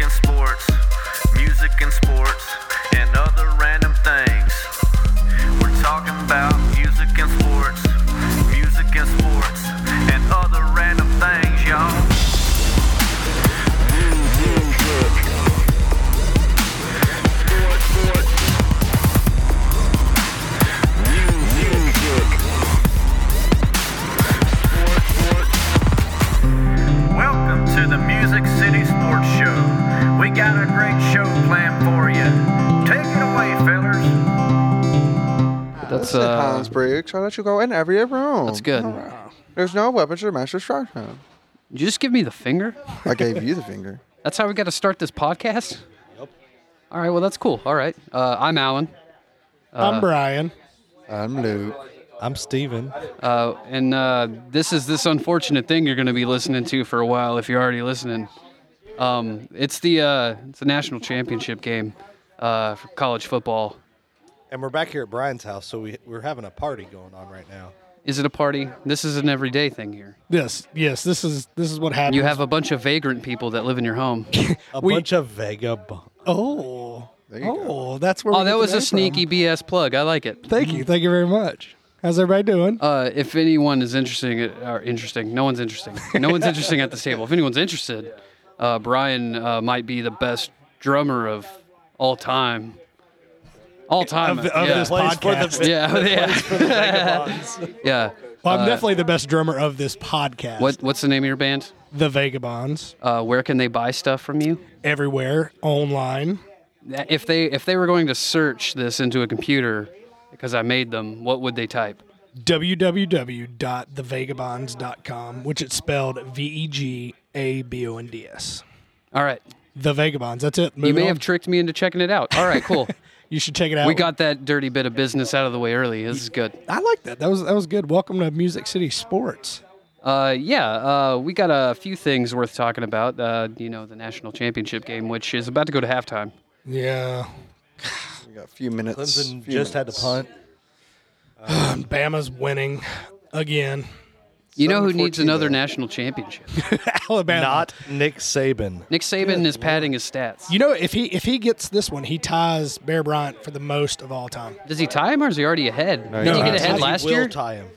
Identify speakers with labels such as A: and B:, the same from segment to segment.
A: and sports, music and sports, and other random things. We're talking about music and sports, music and sports, and other random things, y'all. Welcome to the Music City Sports Show. We got a great show planned for you. Take it away, fellas.
B: That's
C: Said
B: uh,
C: Hans Briggs, I let you go in every room.
B: that's good.
C: There's no weapon to the master's strike zone.
B: Did you just give me the finger?
C: I gave you the finger.
B: That's how we got to start this podcast. Yep. All right. Well, that's cool. All right. Uh, I'm Alan, Uh,
D: I'm Brian.
C: I'm Luke.
E: I'm Steven.
B: uh, and uh, this is this unfortunate thing you're going to be listening to for a while if you're already listening. Um, it's the uh, it's the national championship game uh, for college football.
E: And we're back here at Brian's house, so we, we're having a party going on right now.
B: Is it a party? This is an everyday thing here.
D: Yes, yes. This is this is what happens.
B: You have a bunch of vagrant people that live in your home.
E: A
D: We-
E: bunch of vagabonds.
D: oh,
C: There you
D: oh,
C: go.
D: that's where.
B: Oh,
D: we
B: that
D: get
B: was
D: the
B: a
D: name from.
B: sneaky BS plug. I like it.
D: Thank you, thank you very much. How's everybody doing?
B: Uh, if anyone is interesting, or interesting, no one's interesting. No one's interesting at this table. If anyone's interested, uh, Brian uh, might be the best drummer of all time. All time.
D: Of- of
B: yeah.
D: this podcast.
B: yeah, yeah, yeah.
D: well, I'm definitely the best drummer of this podcast.
B: uh, What What's the name of your band?
D: The Vagabonds
B: Uh, where can they buy stuff from you?
D: everywhere online.
B: If they If they were going to search this into a computer, because I made them, what would they type?
D: www.thevagabonds.com, which it's spelled V E G A B O N D S.
B: All right.
D: The Vagabonds. That's it.
B: You
D: Moving
B: may
D: on.
B: have tricked me into checking it out. All right, cool.
D: you should check it out.
B: we got that dirty bit of business out of the way early. This is good.
D: I like that. That was that was good. Welcome to Music City Sports.
B: Uh, yeah, uh, we got a few things worth talking about. Uh, you know, the national championship game, which is about to go to halftime.
D: Yeah.
C: We got a few minutes.
E: Clemson
C: few
E: just had to
C: minutes.
E: punt.
D: Bama's winning again.
B: You know who needs
E: 7-14
B: another
E: though.
B: national championship?
D: Alabama.
E: Not Nick Saban.
B: Nick Saban is padding his stats.
D: You know, if he if he gets this one, he ties Bear Bryant for the most of all time.
B: Does he tie him or is he already ahead?
C: No,
B: Did he get
D: he ties.
B: ahead
D: He
B: last
E: will
B: year?
E: tie him.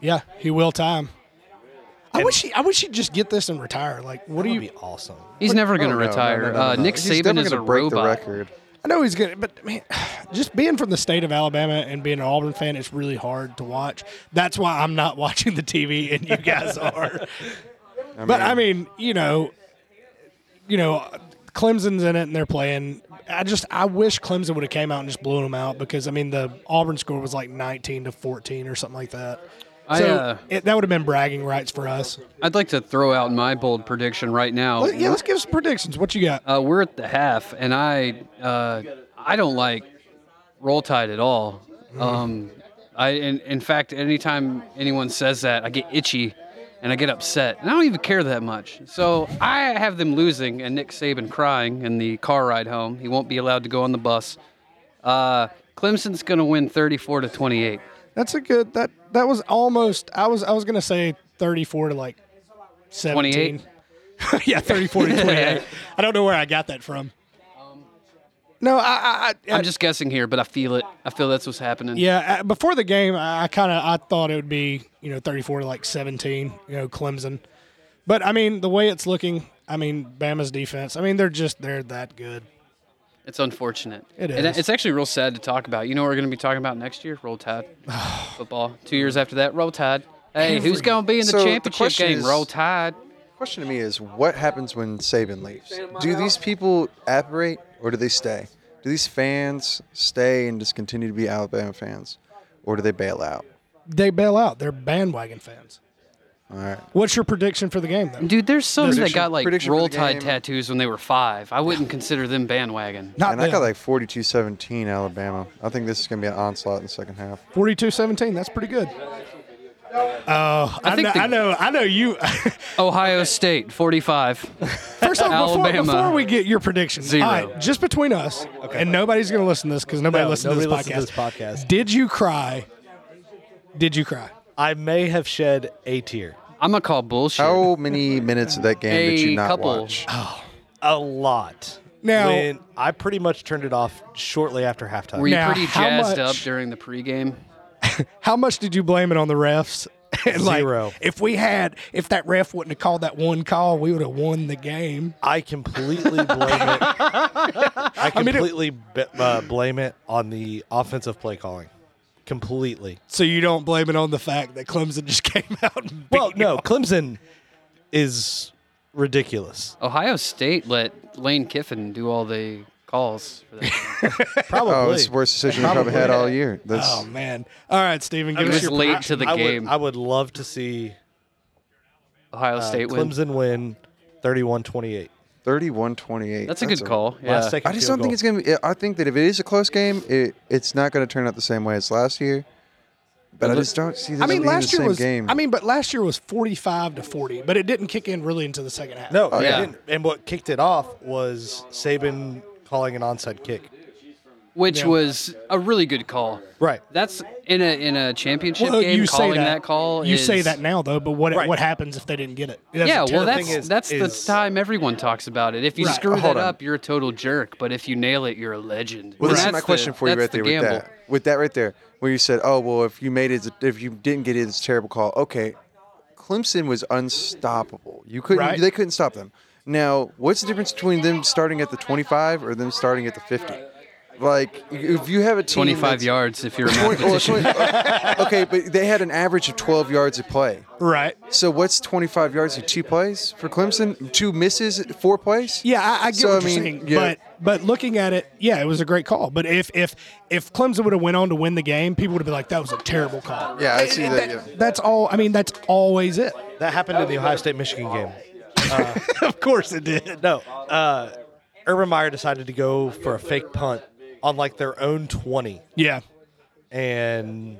D: Yeah, he will tie him. I wish he I wish he'd just get this and retire. Like, what
E: What
D: do
E: would
D: you?
E: be awesome?
B: He's never going to
C: Oh, No, no, no,
B: retire.
C: no, no,
B: uh,
C: no.
B: Nick
C: He's
B: Saban
C: definitely
B: is a
C: gonna break
B: robot.
C: the record.
D: I know he's gonna, but man, just being from the state of Alabama and being an Auburn fan, it's really hard to watch. That's why I'm not watching the TV, and you guys are. but I mean, you know, you know, Clemson's in it and they're playing. I just I wish Clemson would have came out and just blew them out because I mean the Auburn score was like 19 to 14 or something like that.
B: I,
D: so
B: uh,
D: it, that would have been bragging rights for us.
B: I'd like to throw out my bold prediction right now.
D: Let- yeah, let's give some predictions. What you got?
B: Uh, we're at the half, and I uh, I don't like roll tide at all. Um, I in, in fact, anytime anyone says that, I get itchy and I get upset, and I don't even care that much. So I have them losing and Nick Saban crying in the car ride home. He won't be allowed to go on the bus. Uh, Clemson's going to win 34 to 28.
D: That's a good that that was almost I was I was gonna say 34 to like 17. yeah, 34 to 28. I don't know where I got that from. No, I, I, I
B: I'm just guessing here, but I feel it. I feel that's what's happening.
D: Yeah, uh, before the game, I, I kind of I thought it would be you know 34 to like 17, you know Clemson, but I mean the way it's looking, I mean Bama's defense, I mean they're just they're that good.
B: It's unfortunate.
D: It
B: And
D: is.
B: it's actually real sad to talk about. You know what we're going to be talking about next year? Roll Tide. Football. Two years after that, Roll Tide. Hey, who's going to be in the
C: So the
B: championship
C: question
B: game?
C: is-
B: Roll Tide.
C: Question to me is, what happens when Saban leaves? Do these people aberrate or do they stay? Do these fans stay and just continue to be Alabama fans, or do they bail out?
D: They bail out. They're bandwagon fans.
C: All right.
D: What's your prediction for the game though?
B: Dude, there's some that
C: Prediction-
B: got like
C: prediction for
B: Roll
C: the
B: Tide
C: game.
B: tattoos when they were five. I wouldn't consider them bandwagon.
D: Not
C: And I got
D: them.
C: like 42-17 Alabama. I think this is going to be an onslaught in the second half.
D: 42-17. That's pretty good. Oh, I,
B: think
D: know,
B: the-
D: I know, I know you.
B: Ohio State, 45.
D: First off, before,
B: Alabama.
D: before we get your predictions,
B: Zero.
D: all right, just between us, and nobody's going to listen to this because nobody
E: No,
D: listens to, this
E: nobody listens to
D: podcast.
E: this podcast.
D: Did you cry? Did you cry?
E: I may have shed a tear.
B: I'm going to call bullshit.
C: How many minutes of that game did
B: a
C: you not
B: couple.
C: watch?
E: a lot.
D: Now-
E: when I pretty much turned it off shortly after halftime.
B: Were you
D: Now,
B: pretty
D: how
B: jazzed up
D: much-
B: during the pregame?
D: How much did you blame it on the refs? And, like,
E: Zero.
D: if we had, if that ref wouldn't have called that one call, we would have won the game.
E: I completely blame it. I
D: mean, it-
E: completely b uh, blame it on the offensive play calling. Completely.
D: So you don't blame it on the fact that Clemson just came out. And beat
E: Well, no,
D: y'all.
E: Clemson is ridiculous.
B: Ohio State let Lane Kiffin do all the calls. For that.
E: Probably.
C: Oh, it's the worst decision we've probably had all year. That's
D: Oh
B: Um,
D: man! All right, Steven, give
B: It
D: us
B: was
D: your
B: late to the
E: I
B: game.
E: Would, I would love to see
B: Ohio
E: uh,
B: State wins.
E: Clemson win 31-28.
C: 31-28.
B: That's a good call. Yeah.
E: Last second
C: I just don't
E: field goal.
C: think it's gonna be. I think that if it is a close game, it, it's not gonna turn out the same way as last year. But I just don't see this
D: I mean,
C: being
D: last
C: the
D: year
C: same
D: was.
C: game.
D: I mean, but last year was forty-five to forty, but it didn't kick in really into the second half.
E: No, it
B: yeah.
E: didn't. And what kicked it off was Saban calling an onside kick.
B: which was a really good call.
E: Right.
B: That's in a in a championship
D: Well,
B: game.
D: you say
B: calling
D: that,
B: that, call.
D: You
B: is,
D: say that now, though, but what
E: Right.
D: what happens if they didn't get it? That's
B: yeah,
D: a
B: well,
D: terrible-
B: that's
E: thing is-
B: that's
E: is-
B: the time everyone talks about it. If you
D: Right.
B: screw
C: Hold
B: that
C: on.
B: up, you're a total jerk. But if you nail it, you're a legend.
C: well,
B: And
C: this is
B: that's
C: my
B: the-
C: question for you right
B: that's the
C: there with
B: gamble.
C: that. With that right there, where you said, "Oh well, if you made it, if you didn't get it, it's a terrible call." Okay, Clemson was unstoppable. You couldn't.
D: Right.
C: They couldn't stop them. Now, what's the difference between them starting at the 25 or them starting at the 50? Like, if you have a team
B: Twenty-five
C: that's-
B: yards if you're a
C: Twen- or
B: mathematician.
C: 20 okay, but they had an average of 12 yards a play.
D: right.
C: So what's 25 yards in two plays for Clemson? Two misses, four plays.
D: Yeah, I, I get
C: So,
D: what
C: I mean,
D: you're saying,
C: yeah.
D: but but looking at it, yeah, it was a great call. But if if if Clemson would have went on to win the game, people would have been like, "That was a terrible call."
C: Yeah, I
D: And-
C: see
D: and
C: that, yeah.
D: That's all. I mean, that's always it.
E: That happened in the Ohio State Michigan game. Uh,
D: of course, it did.
E: No, uh, Urban Meyer decided to go for a fake punt on like their own 20,
D: Yeah,
E: and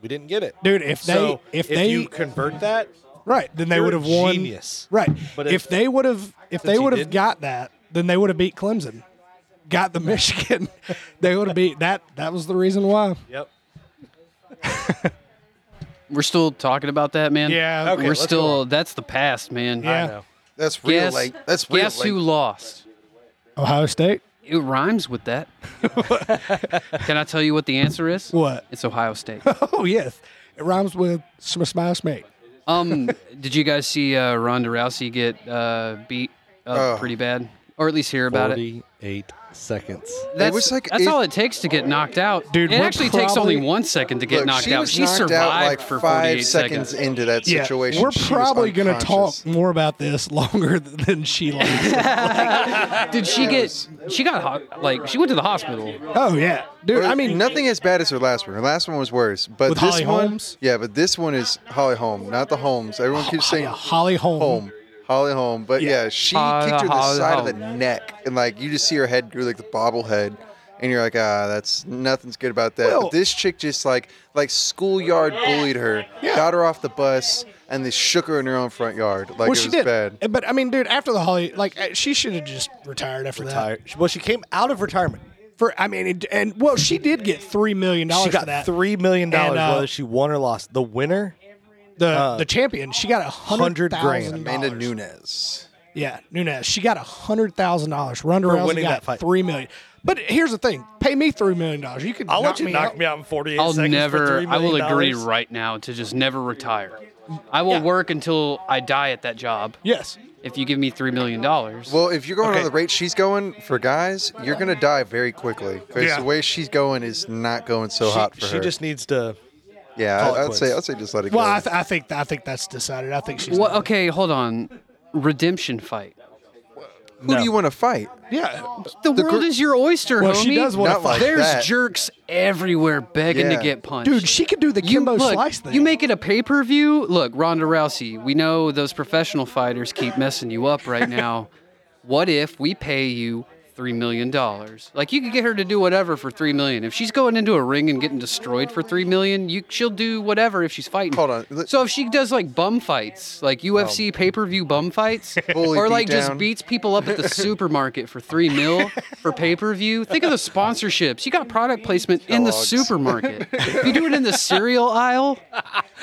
E: we didn't get it.
D: dude. If they
E: so
D: if they
E: you convert that,
D: right, then they
E: you're
D: would have won.
E: genius.
D: Right.
E: But
D: But
E: if-
D: if, they would have if they
E: you
D: would have
E: didn't-
D: got that, then they would have beat Clemson. Got the Michigan. they would have beat that. That was the reason why.
E: yep.
B: We're still talking about that, man.
D: Yeah. Okay,
B: we're
E: let's go
B: still. That's the past, man.
D: Yeah.
E: I know.
C: That's real
B: Guess
C: late. That's real
B: guess
C: late.
B: who lost?
D: Ohio State.
B: It rhymes with that. Can I tell you what the answer is?
D: What?
B: It's Ohio State.
D: Oh yes, it rhymes with smash smash mate.
B: Um, did you guys see uh, Ronda Rousey get uh, beat up
C: Oh.
B: pretty bad, or at least hear about it?
E: 48 seconds.
B: That's,
C: was like-
B: that's
C: it-
B: all it takes to get knocked out,
D: Dude,
B: It
D: we're
B: actually takes only
D: probably-
B: one second to get
C: Look,
B: knocked
C: she
B: out.
C: was
B: she
C: knocked
B: survived
C: out like
B: for
C: five
B: 48
C: seconds,
B: seconds.
C: into that situation.
D: we're
C: She was
D: probably going to talk
C: unconscious.
D: more about this longer than she likes.
B: Did she get? She got ho- like she went to the hospital.
D: oh yeah, dude. I mean,
C: nothing as bad as her last one. Her last one was worse. But
D: With
C: this
D: Holly
C: one,
D: Holmes?
C: yeah, but this one is Holly Holm, not the Holmes. Everyone keeps saying
D: yeah, Holly Holm.
C: Holm. Holly Holm, but yeah,
D: Yeah.
C: she
B: Holly-
C: kicked her in the
B: Holly
C: side of
B: Holm.
C: the neck, and like you just see her head do like the bobblehead, and you're like, ah, that's nothing's good about that.
D: Well-
C: but this chick just like like schoolyard bullied her, got her off the bus, and they shook her in her own front yard. Like
D: well,
C: it
D: she
C: was
D: did.
C: bad.
D: But I mean, dude, after the Holly, like eh, she should have just retired after
E: Tired. Well, she came out of retirement.
D: that. For I mean, it, and well, she did get three million
E: She
D: dollars for
E: got
D: that.
E: $3 million
D: And, uh,
E: whether she won or lost. The winner,
D: the the champion, she got a hundred
E: 100 uh, grand.
D: thousand.
C: Amanda
D: dollars.
C: Nunes.
D: Yeah, Nunez. She got a hundred thousand dollars. Ronda
E: For
D: Rousey
E: winning
D: got
E: that fight.
D: three million. But here's the thing: pay me three million dollars. You could
E: I'll
D: knock
E: let you
D: me
E: knock
D: out.
E: me out in 48
B: I'll
E: seconds. for
B: never.
E: $3
B: I will agree
E: million.
B: right now to just never retire. I will work until I die at that job.
D: Yes.
B: If you give me three million dollars,
C: Well, if you're going
E: Okay.
C: on the rate she's going for guys, you're gonna die very quickly because
D: Yeah.
C: the way she's going is not going so hot
E: She,
C: for
E: she
C: her.
E: just needs to.
C: yeah,
E: call it
C: I, I'd say
E: quits.
C: I'd say just let it
D: Well,
C: go.
D: I, th- I think I think that's decided. I think she's.
B: Well, okay, hold on. Redemption fight.
C: Who do you want to fight?
D: Yeah.
B: The, world is your oyster,
D: Well,
B: homie.
D: she does wanna
C: Not fight. like
B: There's
C: that.
B: jerks everywhere begging
C: Yeah.
B: to get punched.
D: Dude, she could do the
B: you,
D: Kimbo
B: look,
D: Slice thing.
B: you make it a pay per view. Look, Ronda Rousey. We know those professional fighters keep messing you up right now. what if we pay you three million dollars. Like you could get her to do whatever for three million. If she's going into a ring and getting destroyed for three million, you she'll do whatever if she's fighting.
C: Hold on. Let-
B: So if she does like bum fights, like UFC pay per view bum fights,
C: Bully
B: or like just
C: beatdown.
B: beats people up at the supermarket for three mil for pay per view, think of the sponsorships. You got product placement in the
C: Kellogg's.
B: supermarket. If you do it in the cereal aisle,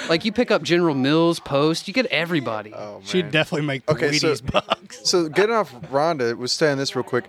B: like you pick up General Mills, Post, you get everybody.
C: Oh, man.
D: She'd definitely make the
C: Okay, so-
D: Wheaties bucks.
C: So getting off Ronda, we'll stay on this real quick.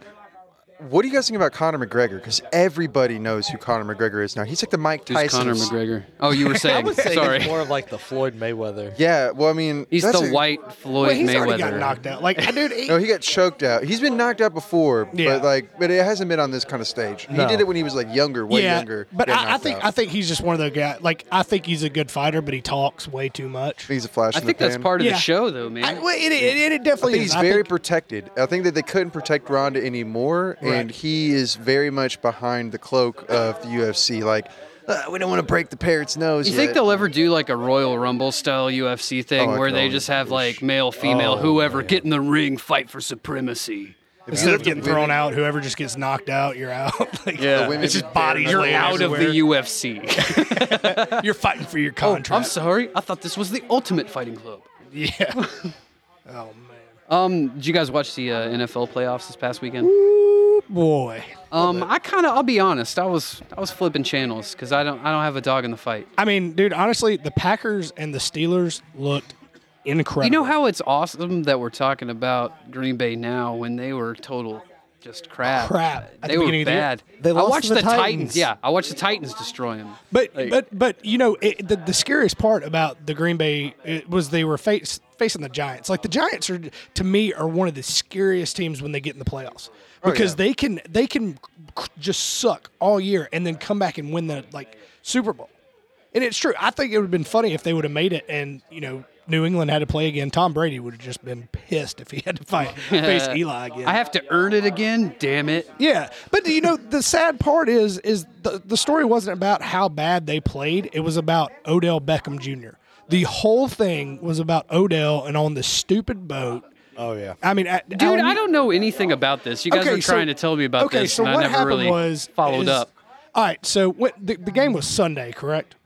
C: What do you guys think about Conor McGregor? Because everybody knows who Conor McGregor is now. He's like the Mike
B: Who's
C: Tyson.
B: Conor
C: of s-
B: McGregor? Oh, you were
E: I
B: saying.
E: would say
B: sorry.
E: he's more of like the Floyd Mayweather.
C: Yeah, well, I mean,
B: He's
C: that's
B: the
C: a-
B: white Floyd
D: Well, he's already got
B: Mayweather.
D: knocked out. Like, dude, he-
C: No, he got choked out. He's been knocked out before,
D: Yeah.
C: but like, but it hasn't been on this kind of stage. He
E: No.
C: did it when he was like younger, way
D: yeah,
C: younger.
D: but
C: got
D: I, I
C: knocked
D: think
C: out.
D: I think he's just one of those guys. Like, I think he's a good fighter, but he talks way too much.
C: he's a flash.
B: I
C: in
B: think
C: the
B: that's
C: pan.
B: part of
D: Yeah.
B: the show, though,
D: I,
B: man.
D: well, it, it, it,
C: I
D: definitely
C: think
D: is.
C: he's
D: I
C: very
D: think-
C: protected. I think that they couldn't protect Ronda anymore, and
D: Right.
C: he is very much behind the cloak of the UFC. Like, "Uh, we don't want to break the parrot's nose.
B: You
C: yet.
B: think they'll ever do like a Royal Rumble style UFC thing
C: Oh, I
B: where
C: can
B: they
C: only
B: just have
C: wish. Oh,
B: like male, female, whoever get in the ring, fight for supremacy?
D: instead of getting thrown out, whoever just gets knocked out, you're out. like,
B: Yeah. The
C: women
D: it's
C: be
D: just
C: fair
D: bodies.
C: enough. You're
D: laying
B: Out of
D: everywhere.
B: the UFC.
D: You're fighting for your
B: oh,
D: contract.
B: I'm sorry. I thought this was the Ultimate Fighting Club.
D: Yeah. oh man.
B: Um, did you guys watch the uh, NFL playoffs this past weekend?
D: Boy.
B: Um, I kind of, I'll be honest, I was, I was flipping channels because I don't, I don't have a dog in the fight.
D: I mean, dude, honestly, the Packers and the Steelers looked incredible.
B: You know how it's awesome that we're talking about Green Bay now when they were total just crap.
D: Crap. At the
B: They were
D: beginning of the year.
B: bad.
E: They lost
B: I
E: to
B: watched
E: the
B: the, Titans.
E: Titans.
B: Yeah, I watched the Titans destroy them.
D: But but but you know it, the the scariest part about the Green Bay it was they were face, facing the Giants. Like the Giants are to me are one of the scariest teams when they get in the playoffs
B: Oh,
D: because
C: yeah.
D: they can they can c- just suck all year and then come back and win the like Super Bowl. And it's true. I think it would have been funny if they would have made it and you know New England had to play again. Tom Brady would have just been pissed if he had to fight face Eli again.
B: I have to earn it again. Damn it.
D: Yeah, but you know the sad part is is the the story wasn't about how bad they played. It was about Odell Beckham Jr. The whole thing was about Odell and on the stupid boat.
E: Oh yeah.
D: I mean, at-
B: Dude,
D: Alan-
B: I don't know anything about this. You guys were trying to tell me about
D: okay,
B: this,
D: so
B: and
D: what
B: I never
D: happened
B: really
D: was
B: followed
D: is-
B: up.
D: All right, so what, the, the game was Sunday, correct?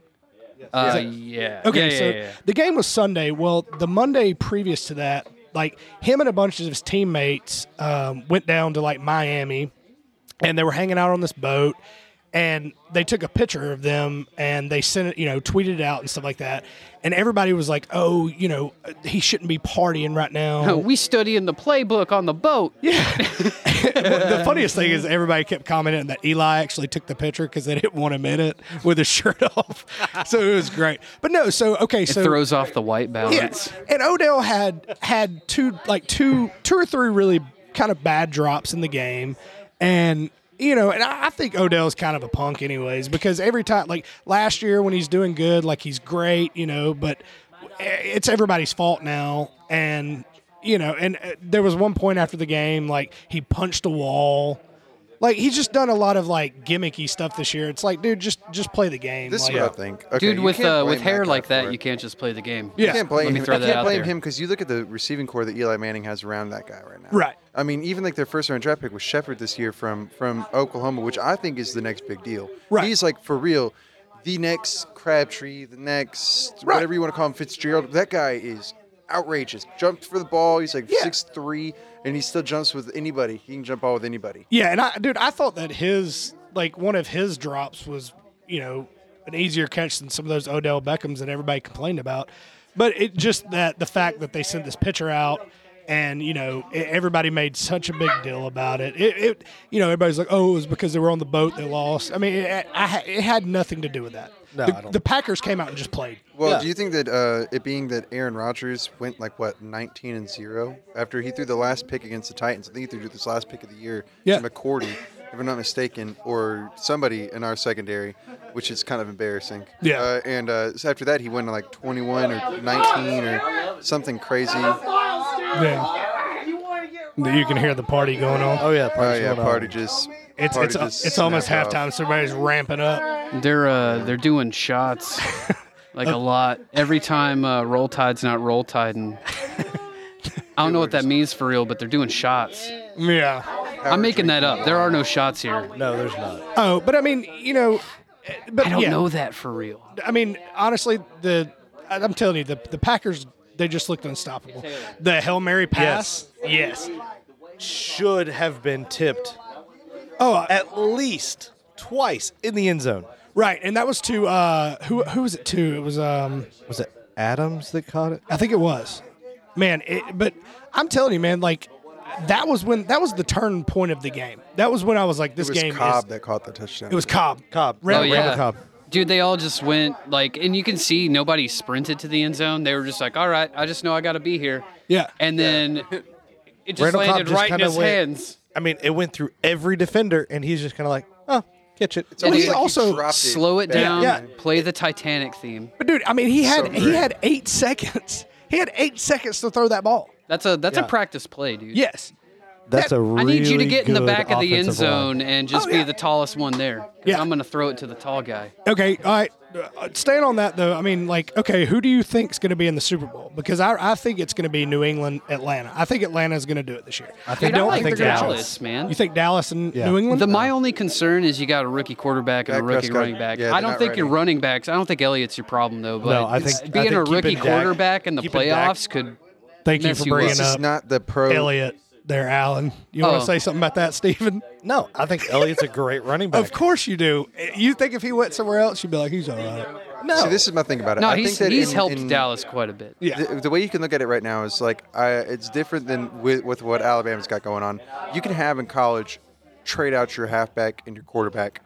B: Uh, yeah.
D: Okay,
B: Yeah, yeah,
D: so
B: yeah, yeah.
D: the game was Sunday. Well, the Monday previous to that, like him and a bunch of his teammates um, went down to like Miami, and they were hanging out on this boat, and they took a picture of them and they sent it, you know, tweeted it out and stuff like that, and everybody was like, "Oh, you know, he shouldn't be partying right now."
B: Uh, We studying the playbook on the boat. Yeah.
D: the funniest thing is everybody kept commenting that Eli actually took the picture because they didn't want him in it with his shirt off, so it was great. But no, so okay,
B: It
D: so
B: throws off the white balance.
D: Yes. And Odell had had two like two two or three really kind of bad drops in the game. And you know, and I I think Odell's kind of a punk anyways, because every time like last year when he's doing good, like he's great, you know, but eh, it's everybody's fault now. And you know, and uh, there was one point after the game, like he punched a wall. Like he's just done a lot of like gimmicky stuff this year. It's like, dude, just just play the game.
C: This
D: like,
C: is what I think. Okay,
B: Dude,
C: you
B: with
C: can't
B: uh,
C: blame
B: with hair
C: guy
B: like
C: for
B: that,
C: it.
B: you can't just play the game.
D: Yeah.
C: You can't blame
B: Let me
C: him.
B: throw
C: I
B: that
C: can't
B: out
C: blame
B: there.
C: him because you look at the receiving core that Eli Manning has around that guy right now.
D: Right.
C: I mean, even like their first round draft pick was Shepard this year from from Oklahoma, which I think is the next big deal.
D: Right.
C: He's like for real, the next Crabtree, the next
D: Right.
C: whatever you want to call him, Fitzgerald. That guy is outrageous. Jumped for the ball. He's like
D: Yeah.
C: six three, and he still jumps with anybody. He can jump ball with anybody.
D: Yeah, and I dude, I thought that his like one of his drops was, you know, an easier catch than some of those Odell Beckhams that everybody complained about. But it just that the fact that they sent this picture out and you know e- everybody made such a big deal about it. It, it you know everybody's like, oh, it was because they were on the boat they lost. I mean, it, I, it had nothing to do with that.
E: No,
D: the,
E: I don't-
D: the Packers came out and just played.
C: Well,
E: Yeah.
C: do you think that uh, it being that Aaron Rodgers went like what 19 and zero after he threw the last pick against the Titans? I think he threw this last pick of the year
D: Yeah.
C: to McCourty, if I'm not mistaken, or somebody in our secondary, which is kind of embarrassing.
D: Yeah.
C: Uh, and uh, so after that, he went to like 21 or 19 or something crazy. Oh
D: Yeah. You can hear the party going on.
E: Oh yeah. party's
C: yeah,
E: going on.
C: party just.
D: uh, It's
C: party
D: it's, uh,
C: just
D: it's almost
C: snapped
D: halftime.
C: off.
D: So everybody's ramping up.
B: They're uh, they're doing shots like a lot every time uh, roll tide's not roll tide and I don't know what that means for real, but they're doing shots.
D: Yeah.
C: power
B: I'm making
C: drink.
B: that up. There are no shots here.
E: No, there's not.
D: Oh, but I mean, you know, eh, but
B: I don't
D: yeah,
B: know that for real.
D: I mean, honestly, the I- I'm telling you, the the Packers they just looked unstoppable. The hail mary pass. Yes.
E: Should have been tipped
D: Oh, I-
E: at least twice in the end zone.
D: right, and that was to uh, who who was it to? It was um,
E: Was it Adams that caught it?
D: I think it was. Man, it, but I'm telling you, man, like that was when that was the turn point of the game. That was when I was like, this
C: It was
D: game
C: Cobb
D: is.
C: that caught the touchdown.
D: It was Cobb.
E: Cobb.
D: Red-
B: Oh
D: Randall
B: yeah,
E: Cobb.
B: dude. They all just went like, and you can see nobody sprinted to the end zone. They were just like, "All right, I just know I got to be here."
D: Yeah.
B: And then it just
E: Randall Cobb
B: landed
E: just
B: right in
E: kinda
B: his
E: went-
B: hands.
E: I mean, it went through every defender, and he's just kind of like, oh, catch it.
C: It's almost
B: he
C: like he
D: also
C: dropped
B: Slow it
C: back
B: down.
D: Yeah.
B: Play the Titanic theme.
D: But dude, I mean, he had
C: So
D: he
C: great.
D: had eight seconds. He had eight seconds to throw that ball.
B: That's a that's a practice play, dude.
D: Yes.
E: That's a
B: I
E: really
B: need you to get in the
E: good
B: back of the end
E: offensive line.
B: zone and just
D: Oh,
B: be
D: yeah.
B: the tallest one there. 'cause
D: Yeah.
B: I'm gonna throw it to the tall guy.
D: Okay. All right. Uh, Staying on that though, I mean, like, okay, who do you think's going to be in the Super Bowl? Because I, I think it's going to be New England, Atlanta. I think Atlanta's going to do it this year. I
E: think-
B: Dude, I,
E: don't
B: like
E: think
B: Dallas,
E: Dallas.
B: man.
D: You think Dallas and
E: Yeah.
D: New England?
B: The, my only concern is you got a rookie quarterback and a
C: Dak
B: rookie
C: Prescott.
B: running back.
C: Yeah,
B: I
C: they're
B: don't
C: not
B: think your
C: ready.
B: running backs. I don't think Elliott's your problem though. But
E: No, I think-
B: being
E: I think
B: a rookie
E: keeping Dak-
B: quarterback in the
E: keeping Dak-
B: playoffs could.
D: Thank you
B: mess
D: for
B: you up.
D: bringing
C: This is
D: up
C: not the pro.
D: Elliott there, Alan. You want
B: Oh.
D: to say something about that, Stephen?
E: No, I think Elliott's a great running back.
D: Of course you do. You think if he went somewhere else, you'd be like, he's all right.
E: No.
C: See, this is my thing about it.
B: No,
C: I
B: he's
C: think that
B: he's
C: in-
B: helped
C: in-
B: Dallas quite a bit.
D: Yeah.
C: The, the way you can look at it right now is like I, it's different than with, with what Alabama's got going on. You can have in college trade out your halfback and your quarterback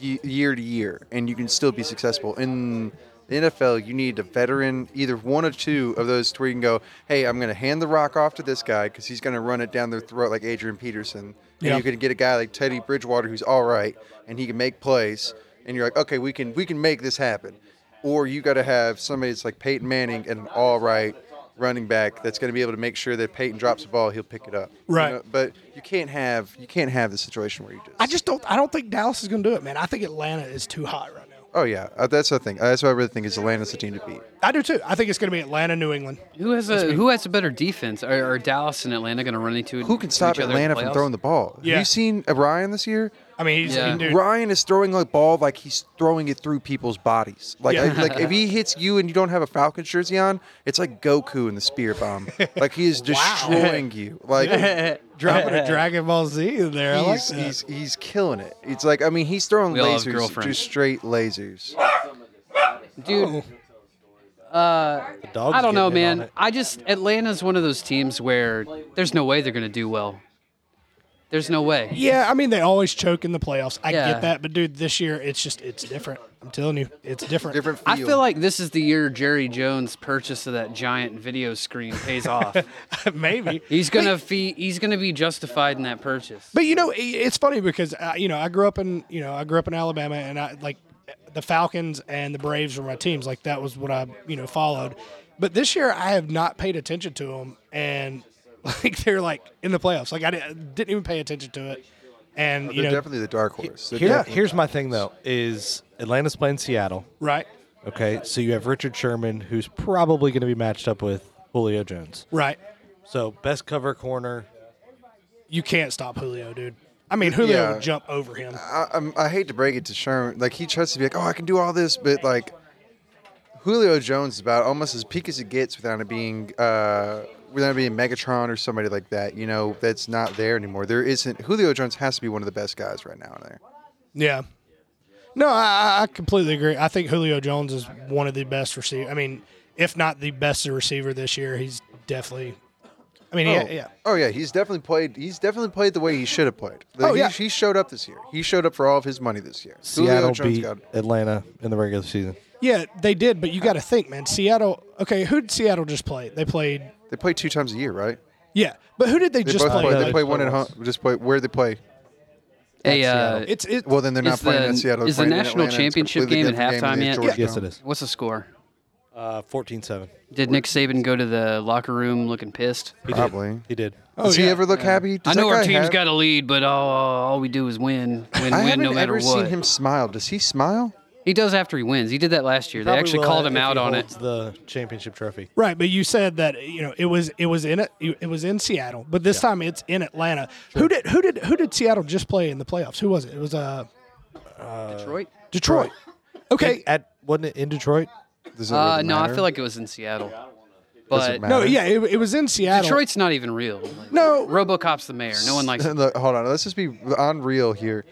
C: ye- year to year, and you can still be successful. In the NFL, you need a veteran, either one or two of those, to where you can go, "Hey, I'm going to hand the rock off to this guy because he's going to run it down their throat like Adrian Peterson." And
D: Yeah.
C: you can get a guy like Teddy Bridgewater who's all right and he can make plays, and you're like, "Okay, we can we can make this happen." or you got to have somebody that's like Peyton Manning and an all right running back that's going to be able to make sure that Peyton drops the ball, he'll pick it up. You
D: Right.
C: know, But you can't have you can't have the situation where you just.
D: I just don't. I don't think Dallas is going to do it, man. I think Atlanta is too hot right now.
C: Oh yeah, Uh, that's the thing. Uh, That's what I really think is Atlanta's the team to beat.
D: I do too. I think it's going to be Atlanta, New England.
B: Who has a Who has a better defense? Are, are Dallas and Atlanta going to run into
C: Who can stop
B: each other in
C: Atlanta from
B: playoffs?
C: throwing the ball?
D: Yeah.
C: Have you seen uh, Ryan this year?
D: I mean, he's
B: Yeah.
D: and dude,
C: Ryan is throwing a ball like he's throwing it through people's bodies. Like,
D: Yeah.
C: I- like if he hits you and you don't have a Falcon jersey on, it's like Goku in the spear bomb. like he is destroying you. Like
D: dropping a Dragon Ball Z in there. I like
C: he's,
D: that.
C: he's he's killing it. It's like I mean he's throwing
B: We all have
C: lasers,
B: girlfriends.
C: just straight lasers.
B: Dude,
E: The dog's
B: I don't know,
E: getting Oh. in on
B: man.
E: it.
B: I just Atlanta's one of those teams where there's no way they're going to do well. There's no way.
D: yeah, I mean, they always choke in the playoffs. I
B: Yeah.
D: get that, but dude, this year it's just it's different. I'm telling you, it's different.
C: Different. Feel.
B: I feel like this is the year Jerry Jones' purchase of that giant video screen pays off.
D: Maybe
B: He's gonna fee, he's gonna be justified in that purchase.
D: But you know, i- it's funny because uh, you know I grew up in you know I grew up in Alabama, and I like the Falcons and the Braves were my teams. Like that was what I you know followed. But this year I have not paid attention to them, and like they're like in the playoffs. Like I didn't, didn't even pay attention to it, and you
C: they're
D: know
C: definitely the dark horse. They're
E: Here-
C: definitely-
E: here's my thing, though, is Atlanta's playing Seattle.
D: right,
E: Okay, so you have Richard Sherman, who's probably going to be matched up with Julio Jones.
D: right.
E: So best cover corner.
D: You can't stop Julio, dude. I mean Julio
C: Yeah.
D: would jump over him.
C: I, I'm, I hate to break it to Sherman. Like he tries to be like, oh, I can do all this, but like Julio Jones is about almost as peak as it gets without it being uh, without it being Megatron or somebody like that. You know, that's not there anymore. There isn't. Julio Jones has to be one of the best guys right now in there.
D: Yeah. No, I, I- I completely agree. I think Julio Jones is one of the best receiver. I mean, if not the best receiver this year, he's definitely. I mean, yeah, yeah.
C: Oh yeah, he's definitely played. He's definitely played the way he should have played. Like,
D: Oh,
C: he,
D: yeah.
C: he showed up this year. He showed up for all of his money this year. Julio
E: Seattle
C: Jones
E: beat
C: got
E: Atlanta in the regular season.
D: Yeah, they did, but you got to think, man. Seattle. Okay, who did Seattle just play? They played.
C: They play two times a year, right?
D: Yeah, but who did they,
C: They
D: just
C: both
D: play?
C: play.
E: no,
C: They
E: they
C: play
E: play
C: one at home.
E: once.
C: Just play where they play.
B: Hey, uh,
E: Seattle.
D: It's it.
C: Well, then they're not
B: is
C: playing
B: the,
C: in Seattle. they're
B: is the
C: playing in
B: national
C: Atlanta. It's a
B: championship
C: completely
B: game at
C: different
B: halftime
C: than
B: yet?
C: Georgetown.
E: Yes, it is.
B: What's the score?
E: Uh, 14-7.
B: Did Nick Saban go to the locker room looking pissed?
E: He
C: Probably.
E: Did. He did.
D: oh,
C: Does
D: yeah.
C: he ever look happy?
B: I
C: Does
B: know
C: that
B: our
C: guy
B: team's
C: have-
B: got a lead, but all, all we do is win, win,
C: I
B: win,
C: haven't
B: no matter
C: ever
B: what.
C: seen him smile. Does he smile?
B: He does after he wins. He did that last year. They
E: Probably
B: actually
E: will
B: called him
E: if he
B: out on it.
E: holds The championship trophy.
D: Right, but you said that you know it was it was in it it was in Seattle, but this time it's in Atlanta. Who did who did who did Seattle just play in the playoffs? Who was it? It was uh
B: Detroit?
D: Detroit. Okay.
E: At wasn't it in Detroit?
C: Does it
B: Uh,
C: really
B: no, I
C: matter?
B: feel like it was in Seattle.
C: Does it
B: But
D: No,
C: matter?
D: yeah, it, it was in Seattle.
B: Detroit's not even real. Like,
D: No.
B: RoboCop's the mayor. No one likes. him.
C: Look, hold on. Let's just be unreal here.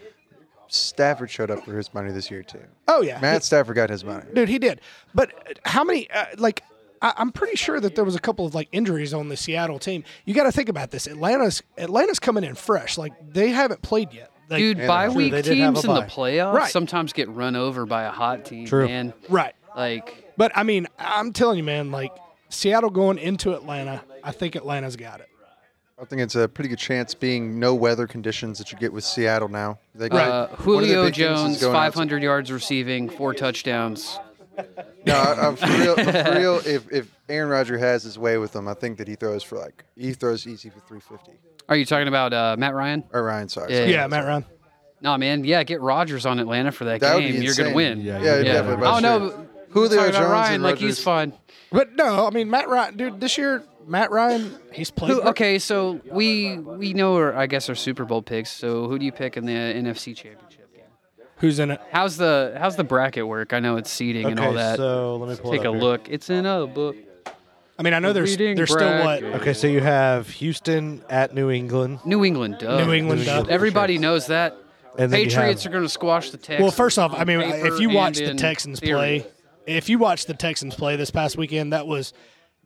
C: Stafford showed up for his money this year too.
D: Oh yeah.
C: Matt Stafford got his money.
D: dude he did but how many uh, like I, i'm pretty sure that there was a couple of like injuries on the seattle team you got to think about this atlanta's atlanta's coming in fresh like they haven't played yet Like,
B: Dude,
C: Yeah,
B: bye
C: true,
B: week
E: they did have
B: teams
E: a
B: in the
E: bye.
B: playoffs
D: Right.
B: sometimes get run over by a hot team.
E: True.
B: Man,
D: right
B: like
D: but i mean i'm telling you man like seattle going into atlanta i think atlanta's got it
C: I think it's a pretty good chance, being no weather conditions, that you get with Seattle now. They got-
B: uh,
C: one of their
B: Julio
C: big things is
B: Jones,
C: going out to-
B: 500 yards receiving, four touchdowns.
C: No, I, I'm for real. For real if, if Aaron Rodgers has his way with him, I think that he throws for like he throws easy for 350.
B: Are you talking about uh, Matt Ryan?
C: Or Ryan, sorry.
B: Yeah.
C: sorry.
D: yeah matt ryan
B: No, man. Yeah, get Rodgers on Atlanta for that,
C: That would be
B: game. You're
C: insane.
B: gonna win.
C: Yeah,
E: yeah,
C: definitely.
B: Oh
C: But
B: no,
C: sure. Julio
B: talking about
C: Jones
B: Ryan,
C: and
B: like he's
C: Rodgers.
B: fine.
D: but no i mean matt ryan dude this year matt ryan uh, he's played
B: Who, okay, so we we know our I guess our Super Bowl picks. So who do you pick in the NFC Championship game?
D: who's in it
B: How's the how's the bracket work? I know it's seeding and all that.
E: so let me pull it
B: Take a
E: up here.
B: look. It's in a book.
D: i mean i know there's
B: Reading
D: there's still what
B: bracket.
E: Okay, so you have Houston at New England.
B: New England, duh.
D: New England New duh. England,
B: Everybody knows that.
E: And then you
B: Patriots
E: have-
B: are going to squash the Texans.
D: Well, first off, I
B: on
D: mean,
B: paper
D: if you
B: and
D: watched the
B: in
D: Texans
B: theory.
D: play, if you watched the Texans play this past weekend, that was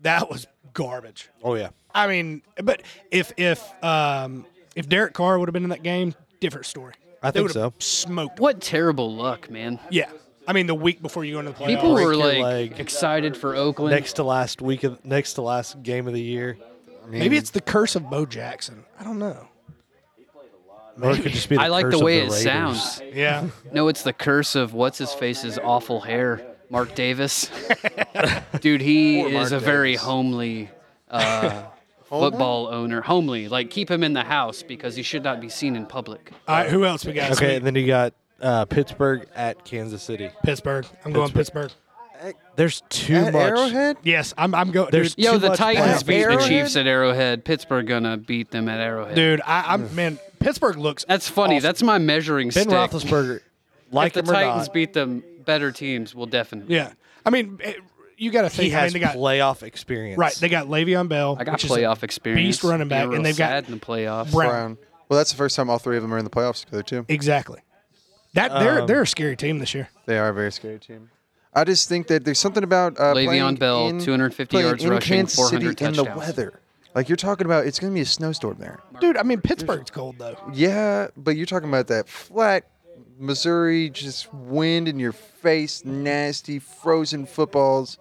D: that was garbage.
E: Oh yeah.
D: I mean, but if if um, if Derek Carr would have been in that game, different story.
E: I
D: They
E: think
D: would have
E: so.
D: Smoked.
B: what terrible luck, man!
D: Yeah. I mean, the week before you go into the playoffs.
B: People were
E: break your
B: like
E: leg.
B: excited for Oakland.
E: Next to last week of next to last game of the year.
C: I mean,
D: maybe it's the curse of Bo Jackson. I don't know.
E: Or it could just be the
B: I like
E: curse
B: the
E: of
B: way it
E: Raiders.
B: sounds.
D: Yeah.
B: No, it's the curse of what's his face's awful hair, Mark Davis. Dude, he
C: Poor Mark
B: is a very
C: Davis.
B: homely uh, football owner. Homely, like keep him in the house because he should not be seen in public.
D: All right. Who else we got?
E: Okay,
D: Sweet.
E: and then you got uh, Pittsburgh at Kansas City.
D: Pittsburgh. I'm going Pittsburgh.
E: There's too
C: at
E: much.
C: Arrowhead.
D: Yes, I'm. I'm going.
E: There's-
D: dude,
B: Yo,
E: Too
B: the
E: much
B: Titans
E: power.
B: beat the
C: Arrowhead?
B: Chiefs at Arrowhead. Pittsburgh gonna beat them at Arrowhead.
D: dude, I, I'm man. Pittsburgh looks.
B: That's funny. That's my measuring
E: Ben
B: stick.
E: Roethlisberger,
B: if
E: like
B: the
E: him or
B: Titans
E: not,
B: beat them, better teams will definitely.
D: Yeah. I mean, it, you got to think.
E: he
D: I
E: has
D: mean, they got
E: playoff experience.
D: right. They got Le'Veon Bell.
B: I got
D: which is a
B: playoff experience.
D: Beast running
B: Being
D: back,
B: real
D: and they've
B: sad
D: got
B: in the playoffs.
D: Brown.
C: Brown. Well, that's the first time all three of them are in the playoffs together too.
D: exactly. That
E: Um,
D: they're they're a scary team this year.
C: They are a very scary team. I just think that there's something about uh,
B: Le'Veon
C: playing
B: Bell,
C: in,
B: 250
C: playing
B: yards
C: in
B: rushing,
C: Kansas
B: 400
C: City in the
B: touchdowns.
C: weather. Like you're talking about, it's going to be a snowstorm there.
D: Dude, I mean Pittsburgh's cold though.
C: Yeah, but you're talking about that flat Missouri, just wind in your face, nasty frozen footballs.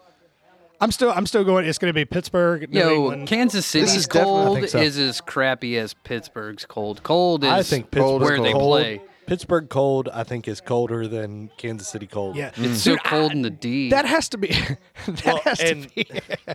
D: I'm still I'm still going. It's going to be Pittsburgh, New
B: Yo,
D: England.
B: Kansas City's
C: is definitely- I
B: cold
E: think so.
B: is as crappy as Pittsburgh's cold. Cold is
E: I think
C: Cold
E: Pittsburgh
C: is
B: where they
E: cold.
B: play.
E: Pittsburgh cold, I think, is colder than Kansas City cold.
D: yeah,
B: It's
D: Mm. Dude,
B: so cold in the D.
D: that has to be that
E: Well,
D: has to
E: and-
D: be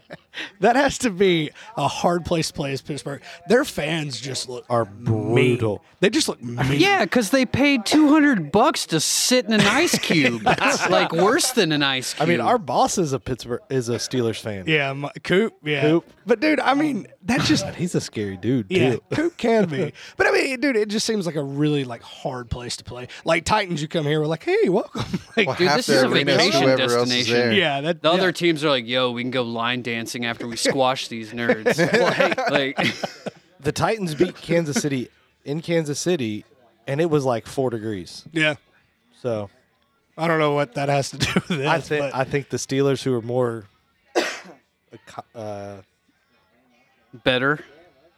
D: that has to be a hard place to play as Pittsburgh. Their fans just look
E: Are
D: mean.
E: brutal.
D: They just look mean.
B: yeah, because they paid 200 bucks to sit in an ice cube. That's like worse than an ice
E: I
B: cube.
E: mean, our boss is a Pittsburgh is a Steelers fan.
D: yeah, my, Coop. Yeah,
E: Coop.
D: But dude, I mean that just
E: He's a scary dude too.
D: Yeah, Coop can be. But I mean, dude, it just seems like a really like hard place to play. Like Titans, you come here, we're like, hey, welcome. Like,
C: Well,
B: Dude,
C: half
B: this
C: the
B: is a
C: arena is
B: vacation
C: whoever else is
B: destination.
C: there.
D: yeah, that
B: the
D: yeah.
B: other teams are like, yo, we can go line dancing after we squash these nerds. like,
E: The Titans beat Kansas City in Kansas City, and it was like four degrees.
D: Yeah,
E: So
D: I don't know what that has to do with this.
E: I think
D: but-
E: I think the Steelers, who are more acco- uh,
B: better.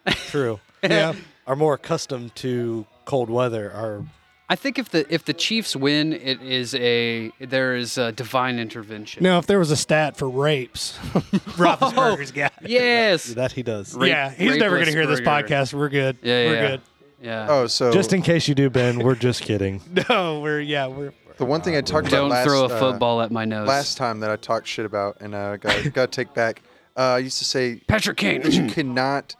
E: true,
D: yeah,
E: are more accustomed to cold weather. Are
B: I think if the if the Chiefs win, it is a there is a divine intervention.
D: now if there was a stat for rapes, Roethlisberger's got it.
B: Yes.
E: that he does?
B: Rape-
D: yeah, he's never going to hear this
B: Rapelessberger.
D: podcast. We're good.
B: Yeah, yeah,
D: we're
B: yeah.
D: good.
B: Yeah.
C: Oh, so
E: Just in case you do, Ben, we're just kidding.
D: No, we're yeah, we're
C: the one thing I talked about
B: Don't
C: last,
B: throw a
C: uh,
B: football at my nose.
C: last time that I talked shit about and uh, got got to take back. Uh, I used to say
B: Patrick
C: that you
B: Kane.
C: cannot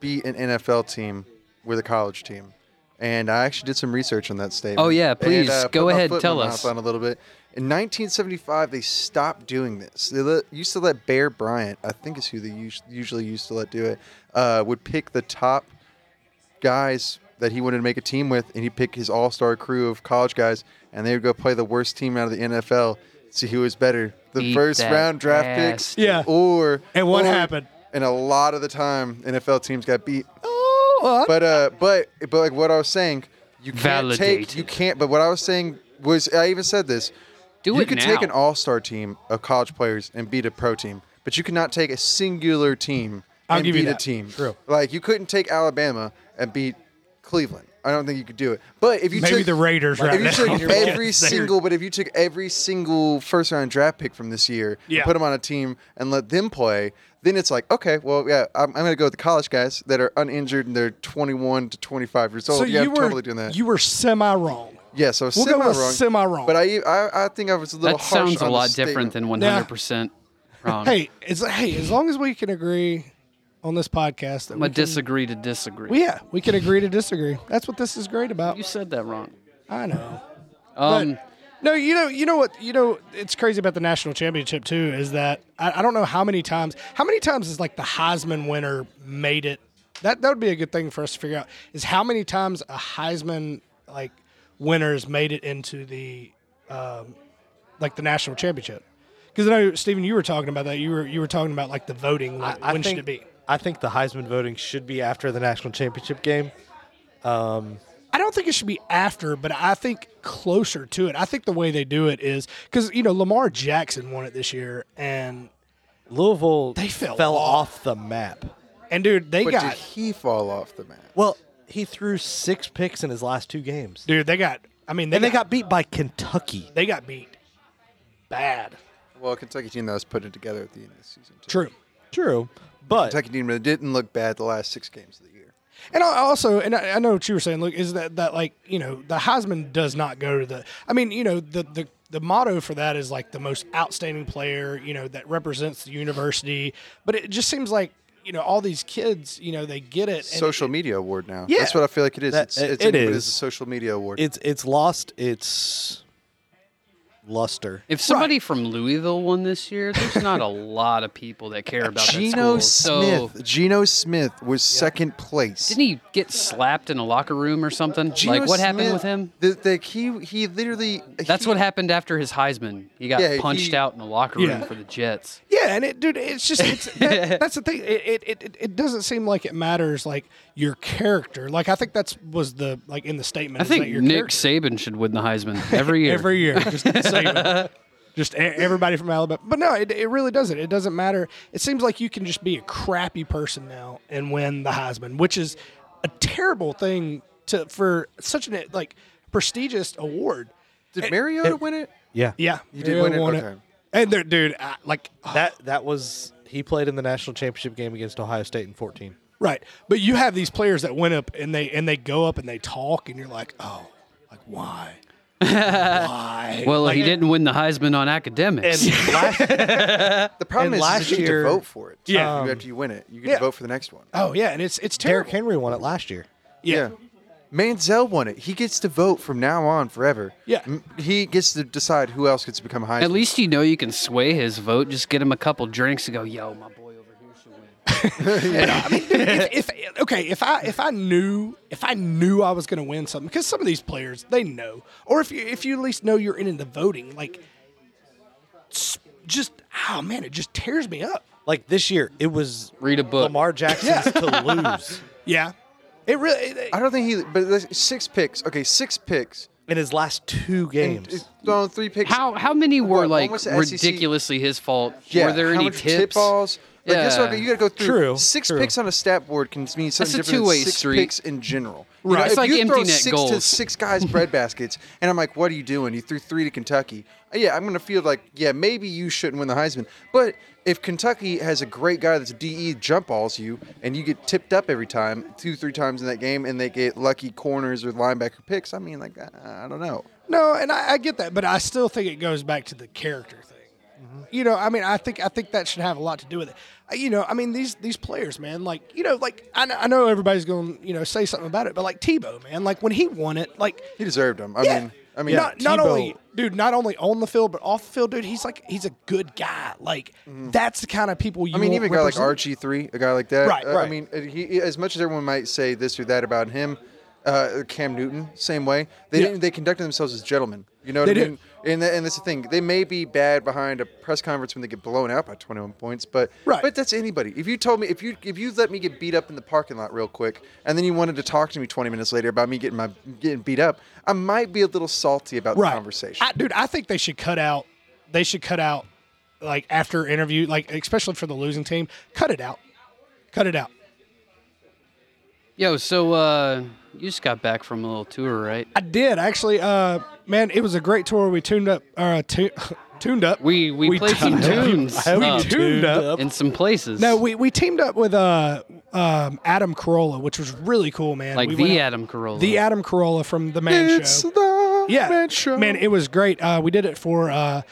C: beat an NFL team with a college team. and I actually did some research on that statement.
B: Oh, yeah,
C: And,
B: please,
C: uh,
B: go
C: put my
B: ahead,
C: foot in
B: tell
C: my
B: us.
C: mouth On a little bit. In 1975, they stopped doing this. They let, used to let Bear Bryant, I think is who they us- usually used to let do it, uh, would pick the top guys that he wanted to make a team with, and he'd pick his all-star crew of college guys, and they would go play the worst team out of the NFL, see who was better. The
B: Eat
C: first
B: that
C: round draft
B: ass,
C: picks,
D: dude. Yeah.
C: or
D: And what
C: or-
D: happened?
C: And a lot of the time, NFL teams got beat
D: Oh,
C: but uh, but but like what I was saying, you can't
B: Validated.
C: take you can't. But what I was saying was I even said this.
B: Do
C: you
B: it
C: can
B: now.
C: take an all-star team of college players and beat a pro team, but you cannot take a singular team
D: I'll
C: and
D: give you
C: beat a
D: that.
C: team.
E: True.
C: Like you couldn't take Alabama and beat Cleveland. I don't think you could do it. But if you
D: Maybe
C: took,
D: the Raiders right
C: if you
D: now.
C: took every single, but if you took every single first round draft pick from this year, and
D: Yeah.
C: put them on a team and let them play, then it's like, okay, well, yeah, I'm, I'm going to go with the college guys that are uninjured and they're 21 to 25 years old.
D: so
C: oh, yeah,
D: you
C: I'm
D: were
C: totally doing that.
D: you were semi wrong.
C: yeah, so
D: We'll go
C: semi
D: with
C: wrong.
D: semi-wrong.
C: But I, I, I think I was a little
B: That
C: harsh
B: sounds a
C: on the
B: lot different
C: statement.
B: than 100% wrong.
D: Hey, it's hey, as long as we can agree on this podcast that
B: I'm a
D: we can,
B: disagree to disagree.
D: well, yeah, we can agree to disagree. That's what this is great about.
B: you said that wrong.
D: I know.
B: Um,
D: But- no, you know, you know what, you know, it's crazy about the national championship too is that I, I don't know how many times, how many times is like the Heisman winner made it. That that would be a good thing for us to figure out is how many times a Heisman like winners made it into the um, like the national championship. Because I know Stephen, you were talking about that. You were you were talking about like the voting. Like,
E: I
D: when
E: think,
D: should it be?
E: I think the Heisman voting should be after the national championship game.
D: I don't think it should be after, but I think closer to it. I think the way they do it is because you know Lamar Jackson won it this year, and
E: Louisville
D: They fell
E: off the map.
D: and dude, they
C: But
D: got
C: did he fall off the map?
E: Well, he threw six picks in his last two games,
D: dude, they got. I mean, they,
E: and they
D: got,
E: got beat by Kentucky.
D: they got beat bad.
C: Well, Kentucky team that was putting it together at the end of the season. Too.
D: True.
E: True, but
C: Kentucky team that didn't look bad the last six games of the year.
D: And I also, and I, I know what you were saying, Luke, is that that like you know the Heisman does not go to the. I mean, you know the the the motto for that is like the most outstanding player, you know, that represents the university. But it just seems like you know all these kids, you know, they get it. and
C: Social media award now.
D: Yeah.
C: That's what I feel like it is.
E: That-
C: it's, it's
E: it
C: a, It
E: is.
C: is a social media award.
E: it's it's lost its luster.
B: if somebody from Louisville won this year, there's not a lot of people that care about
C: Geno
B: that school.
C: Smith.
B: So
C: Geno Smith was second place.
B: didn't he get slapped in a locker room or something?
C: Geno
B: like what happened
C: Smith,
B: with him?
C: The, the, he he literally.
B: That's
C: he-
B: what happened after his Heisman. He got
C: Yeah,
B: punched
C: he-
B: out in the locker room
D: Yeah.
B: for the Jets.
D: Yeah, and it, dude, it's just it's, that, that's the thing. It, it, it- it it doesn't seem like it matters like your character. Like I think that's was the like in the
B: I
D: statement. is
B: think
D: that your
B: Nick
D: character-
B: Saban should win the Heisman every year.
D: every year, just the same. just e- everybody from Alabama. But no, it, it really doesn't. It doesn't matter. It seems like you can just be a crappy person now and win the Heisman, which is a terrible thing to for such an like prestigious award.
C: Did Mariota win it?
E: Yeah,
D: Yeah,
C: You did
D: yeah,
C: win it?
D: won
C: Okay.
D: And there, dude, I, like
E: that that was he played in the national championship game against Ohio State in 14.
D: Right. But you have these players that went up and they and they go up and they talk and you're like, "Oh, like why?" why?
B: well,
D: like,
B: he didn't win the Heisman on academics.
E: And last,
C: The problem
E: And
C: is,
E: last
C: is you get
E: year-
C: to vote for it.
D: Yeah.
C: You- after you win it, you get
D: Yeah.
C: to vote for the next one.
D: Oh, yeah, and it's it's
E: Derrick
D: terrible.
E: Henry won it last year.
D: yeah.
C: Manziel won it. He gets to vote from now on forever.
D: Yeah.
C: M- He gets to decide who else gets to become Heisman.
B: At least you know you can sway his vote. Just get him a couple drinks and go, yo, my boy over here should win.
D: if, if okay, if I if I knew if I knew I was going to win something cuz some of these players, they know. Or if you if you at least know you're in, in the voting, like s- just oh man, it just tears me up.
E: Like this year, it was
B: Read a book.
E: Lamar Jackson's to lose
D: Yeah. It really it-
C: I don't think he. But that's- six picks. Okay, six picks.
E: in his last two
C: And,
E: games.
C: uh, no, three picks.
B: How how many were
C: What, one
B: like
C: was the E SEC?
B: ridiculously his fault?
C: Yeah,
B: were there
C: how
B: any
C: much
B: tips?
C: tip balls? Like, that's what I
B: Yeah.
C: mean, you got to go through.
E: True,
C: Six
E: true.
C: picks on a stat board can mean something
B: a
C: different
B: two-way
C: than six
B: street.
C: picks in general. You
B: Right.
C: know,
B: It's
C: if
B: like
C: you
B: empty
C: throw
B: net
C: six to
B: goals.
C: six guys' bread baskets, and I'm like, what are you doing? You threw three to Kentucky. Uh, Yeah, I'm going to feel like, yeah, maybe you shouldn't win the Heisman. But if Kentucky has a great guy that's DE jump balls you, and you get tipped up every time, two, three times in that game, and they get lucky corners or linebacker picks, I mean, like, uh, I don't know.
D: No, and I, I get that, but I still think it goes back to the character thing.
C: Mm-hmm.
D: You know, I mean, I think I think that should have a lot to do with it. Uh, You know, I mean these these players, man. Like you know, like I know, I know everybody's going to you know say something about it, but like Tebow, man. Like when he won it, like
C: He deserved them. I
D: yeah.
C: mean, I mean,
D: not, not
E: Tebow-
D: only dude, not only on the field but off the field, dude. He's like he's a good guy. Like that's the kind of people you.
C: Mm-hmm. I mean,
D: want
C: even a guy like
D: represent-
C: Archie three, a guy like that.
D: Right,
C: uh, I
D: right.
C: mean, uh, he, as much as everyone might say this or that about him, uh, Cam Newton, same way. They
D: Yeah.
C: didn't. They conducted themselves as gentlemen. You know what
D: They
C: I
D: do.
C: mean? And tha- and that's the thing. They may be bad behind a press conference when they get blown out by 21 points, but
D: Right.
C: But that's anybody. If you told me, if you if you let me get beat up in the parking lot real quick, and then you wanted to talk to me 20 minutes later about me getting my getting beat up, I might be a little salty about the conversation.
D: I, dude, I think they should cut out. They should cut out like after interview, like especially for the losing team, cut it out. Cut it out.
B: Yo, so uh, you just got back from a little tour, right?
D: I did actually. Uh, man, it was a great tour. We tuned up. Uh, tu- tuned up.
B: We we, played some
D: tuned up.
B: tunes Oh,
E: I hope
D: We
E: you
B: up
D: tuned up.
B: in some places.
D: No, we, we teamed up with uh, um, Adam Carolla, which was really cool, man.
B: like
D: we went
B: the
D: out-
B: Adam Carolla.
D: the Adam Carolla from the Man
C: It's
D: Show.
C: the
D: yeah,
C: man show.
D: Oh, man, it was great. Uh, we did it for uh,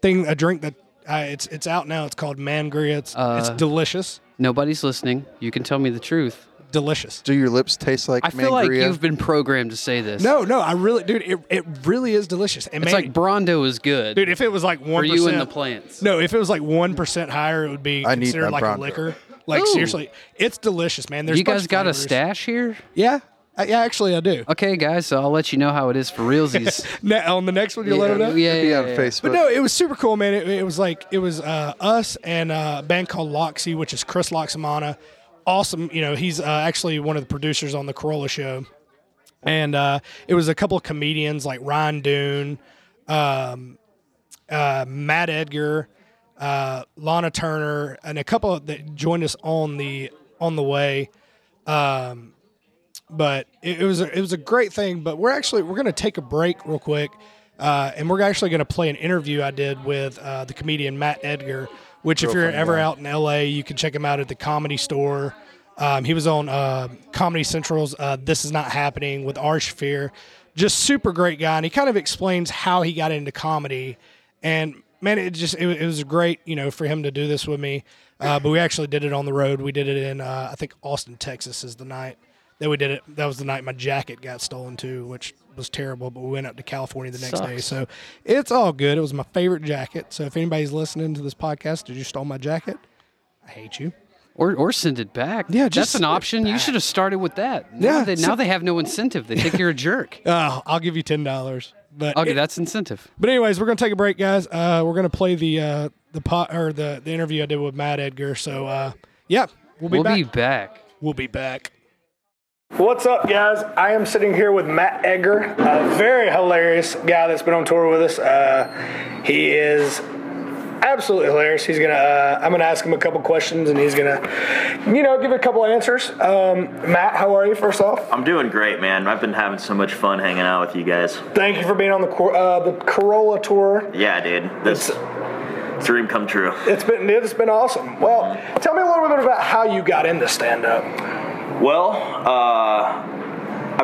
D: thing a drink that uh, it's it's out now. It's called Mangria. It's
B: Uh,
D: it's delicious,
B: Nobody's listening. You can tell me the truth.
D: delicious.
C: Do your lips taste like
B: I feel like
C: mangria?
B: you've been programmed to say this.
D: No, no, I really, dude, it, it really is delicious. And
B: it's
D: man,
B: like Brondo is good.
D: dude, if it was like
B: for
D: one
B: you and the plants.
D: No, if it was like one percent higher, it would be
C: I need
D: considered
C: that
D: like
C: Bronco.
D: a liquor. Like
B: Ooh.
D: seriously, it's delicious, man. There's
B: you guys
D: bunch of
B: got a
D: flavors.
B: stash here?
D: Yeah, I, yeah, actually, I do.
B: Okay, guys, so I'll let you know how it is for realsies.
D: Ne- on the next one, you'll
C: yeah,
D: let them know.
B: yeah,
C: be
B: yeah,
C: on
B: yeah.
C: Facebook.
D: But no, it was super cool, man. It, it was like it was uh, us and uh, a band called Loxy, which is Chris Loxamana. Awesome, you know, he's uh, actually one of the producers on the Corolla show, and uh, it was a couple of comedians like Ryan Dune, um, uh, Matt Edgar, uh, Lana Turner, and a couple that joined us on the on the way. but it, it was a, it was a great thing. But we're actually we're gonna take a break real quick, uh, and we're actually gonna play an interview I did with uh, the comedian Matt Edgar. Which, if you're ever out in LA, you can check him out at the Comedy Store. Um, he was on uh, Comedy Central's uh, "This Is Not Happening" with Ar Shafir. Just super great guy, and he kind of explains how he got into comedy. And man, it just it, wa- it was great, you know, for him to do this with me. Uh, but we actually did it on the road. We did it in uh, I think Austin, Texas, is the night that we did it. That was the night my jacket got stolen too, which was terrible. But we went up to California the next day,
B: Sucks.
D: so it's all good. It was my favorite jacket. So if anybody's listening to this podcast, did you stole my jacket? I hate you.
B: Or, or send it back.
D: Yeah, just
B: that's an
D: send it
B: option. You
D: back.
B: should have started with that. Now
D: Yeah,
B: they,
D: so-
B: now they have no incentive. They think you're a jerk.
D: Uh, I'll give you ten dollars. But
B: Okay,
D: it-
B: that's incentive.
D: but anyways, we're gonna take a break, guys. Uh, we're gonna play the uh, the pot or the the interview I did with Matt Edgar. So uh, yeah, we'll be
B: we'll
D: back.
B: be back.
D: We'll be back.
F: What's up, guys? I am sitting here with Matt Edgar, a very hilarious guy that's been on tour with us. Uh, he is absolutely hilarious. He's gonna. Uh, I'm gonna ask him a couple questions, and he's gonna, you know, give a couple answers. Um, Matt, how are you? First off,
G: I'm doing great, man. I've been having so much fun hanging out with you guys.
F: thank you for being on the Cor- uh, the Corolla tour.
G: Yeah, dude. This it's a dream come true. Mm-hmm.
F: It's been it's been awesome. Well, tell me a little bit about how you got into stand up.
G: Well, uh,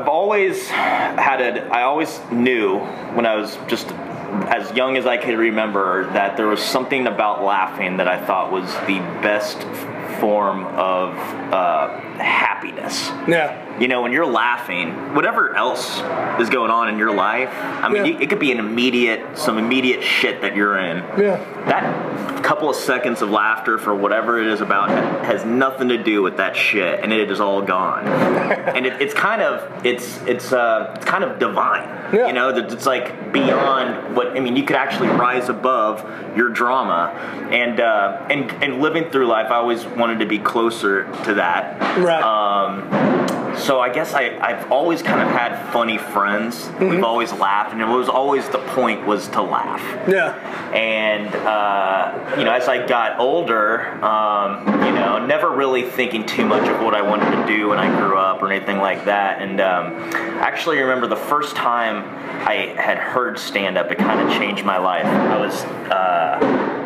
G: I've always had it. I always knew when I was just as young as I could remember that there was something about laughing that I thought was the best f- form of uh, happiness.
F: Yeah.
G: You know, when you're laughing, whatever else is going on in your life, I mean,
F: Yeah.
G: it- it could be an immediate, some immediate shit that you're in.
F: Yeah.
G: That couple of seconds of laughter for whatever it is about has nothing to do with that shit, and it is all gone. and it, it's kind of, it's, it's, uh, it's kind of divine.
F: Yeah.
G: You know, that it's like beyond what I mean. You could actually rise above your drama, and uh, and and living through life. I always wanted to be closer to that.
F: Right.
G: Um, So I guess I, I've always kind of had funny friends. We've always laughed, and it was always the point was to laugh.
F: yeah.
G: And uh, you know, as I got older, um, you know, never really thinking too much of what I wanted to do when I grew up or anything like that. And um, I actually remember the first time I had heard stand up, it kind of changed my life. I was uh,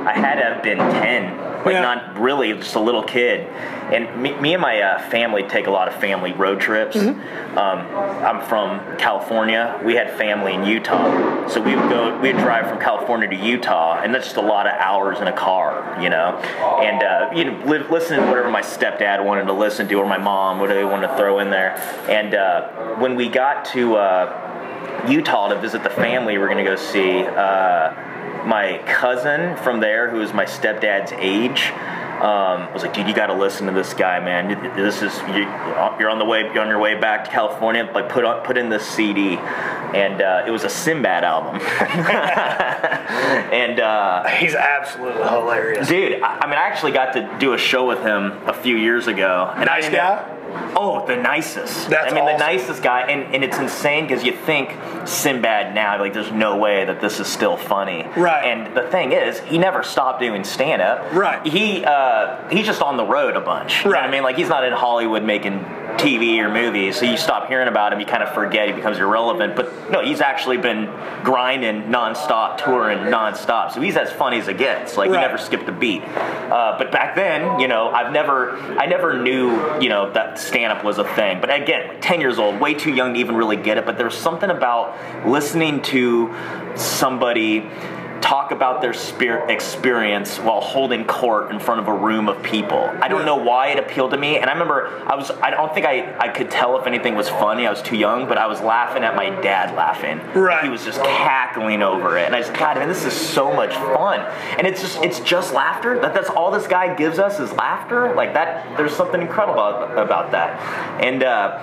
G: I had to have been ten like
F: Yeah.
G: not really just a little kid. And me, me and my uh, family take a lot of family road trips. Um, I'm from California. We had family in Utah, so we would go. We'd drive from California to Utah, and that's just a lot of hours in a car, you know. And uh, you know, li- listen to whatever my stepdad wanted to listen to, or my mom, whatever they wanted to throw in there. And uh, when we got to uh, Utah to visit the family, we're gonna go see. Uh, my cousin from there, who is my stepdad's age, um, was like, "Dude, you got to listen to this guy, man. This is you, you're on the way, you're on your way back to California, but put on, put in this CD." And uh, it was a Sinbad album. and uh,
F: He's absolutely hilarious.
G: dude, I, I mean, I actually got to do a show with him a few years ago. And I
F: Nice
G: didn't-
F: guy?
G: Oh, the nicest.
F: That's
G: I mean,
F: awesome.
G: the nicest guy, and, and it's insane because you think Sinbad now, like, there's no way that this is still funny.
F: Right.
G: And the thing is, he never stopped doing stand up.
F: Right.
G: He uh, he's just on the road a bunch. You know what
F: Right.
G: I mean, like, he's not in Hollywood making TV or movies, so you stop hearing about him, you kind of forget, he becomes irrelevant. But no, he's actually been grinding nonstop, touring nonstop, so he's as funny as it gets. Like,
F: Right.
G: he never skipped a beat. Uh, but back then, you know, I've never, I never knew, you know, that stand up was a thing. But again, like 10 years old, way too young to even really get it. But there's something about listening to somebody talk about their spirit experience while holding court in front of a room of people. I don't know why it appealed to me. And I remember I was, I don't think I, I could tell if anything was funny. I was too young, but I was laughing at my dad laughing.
F: Right.
G: He was just cackling over it. And I just, God, man, this is so much fun. And it's just, it's just laughter. That that's all this guy gives us is laughter. Like that, there's something incredible about, about that. And uh,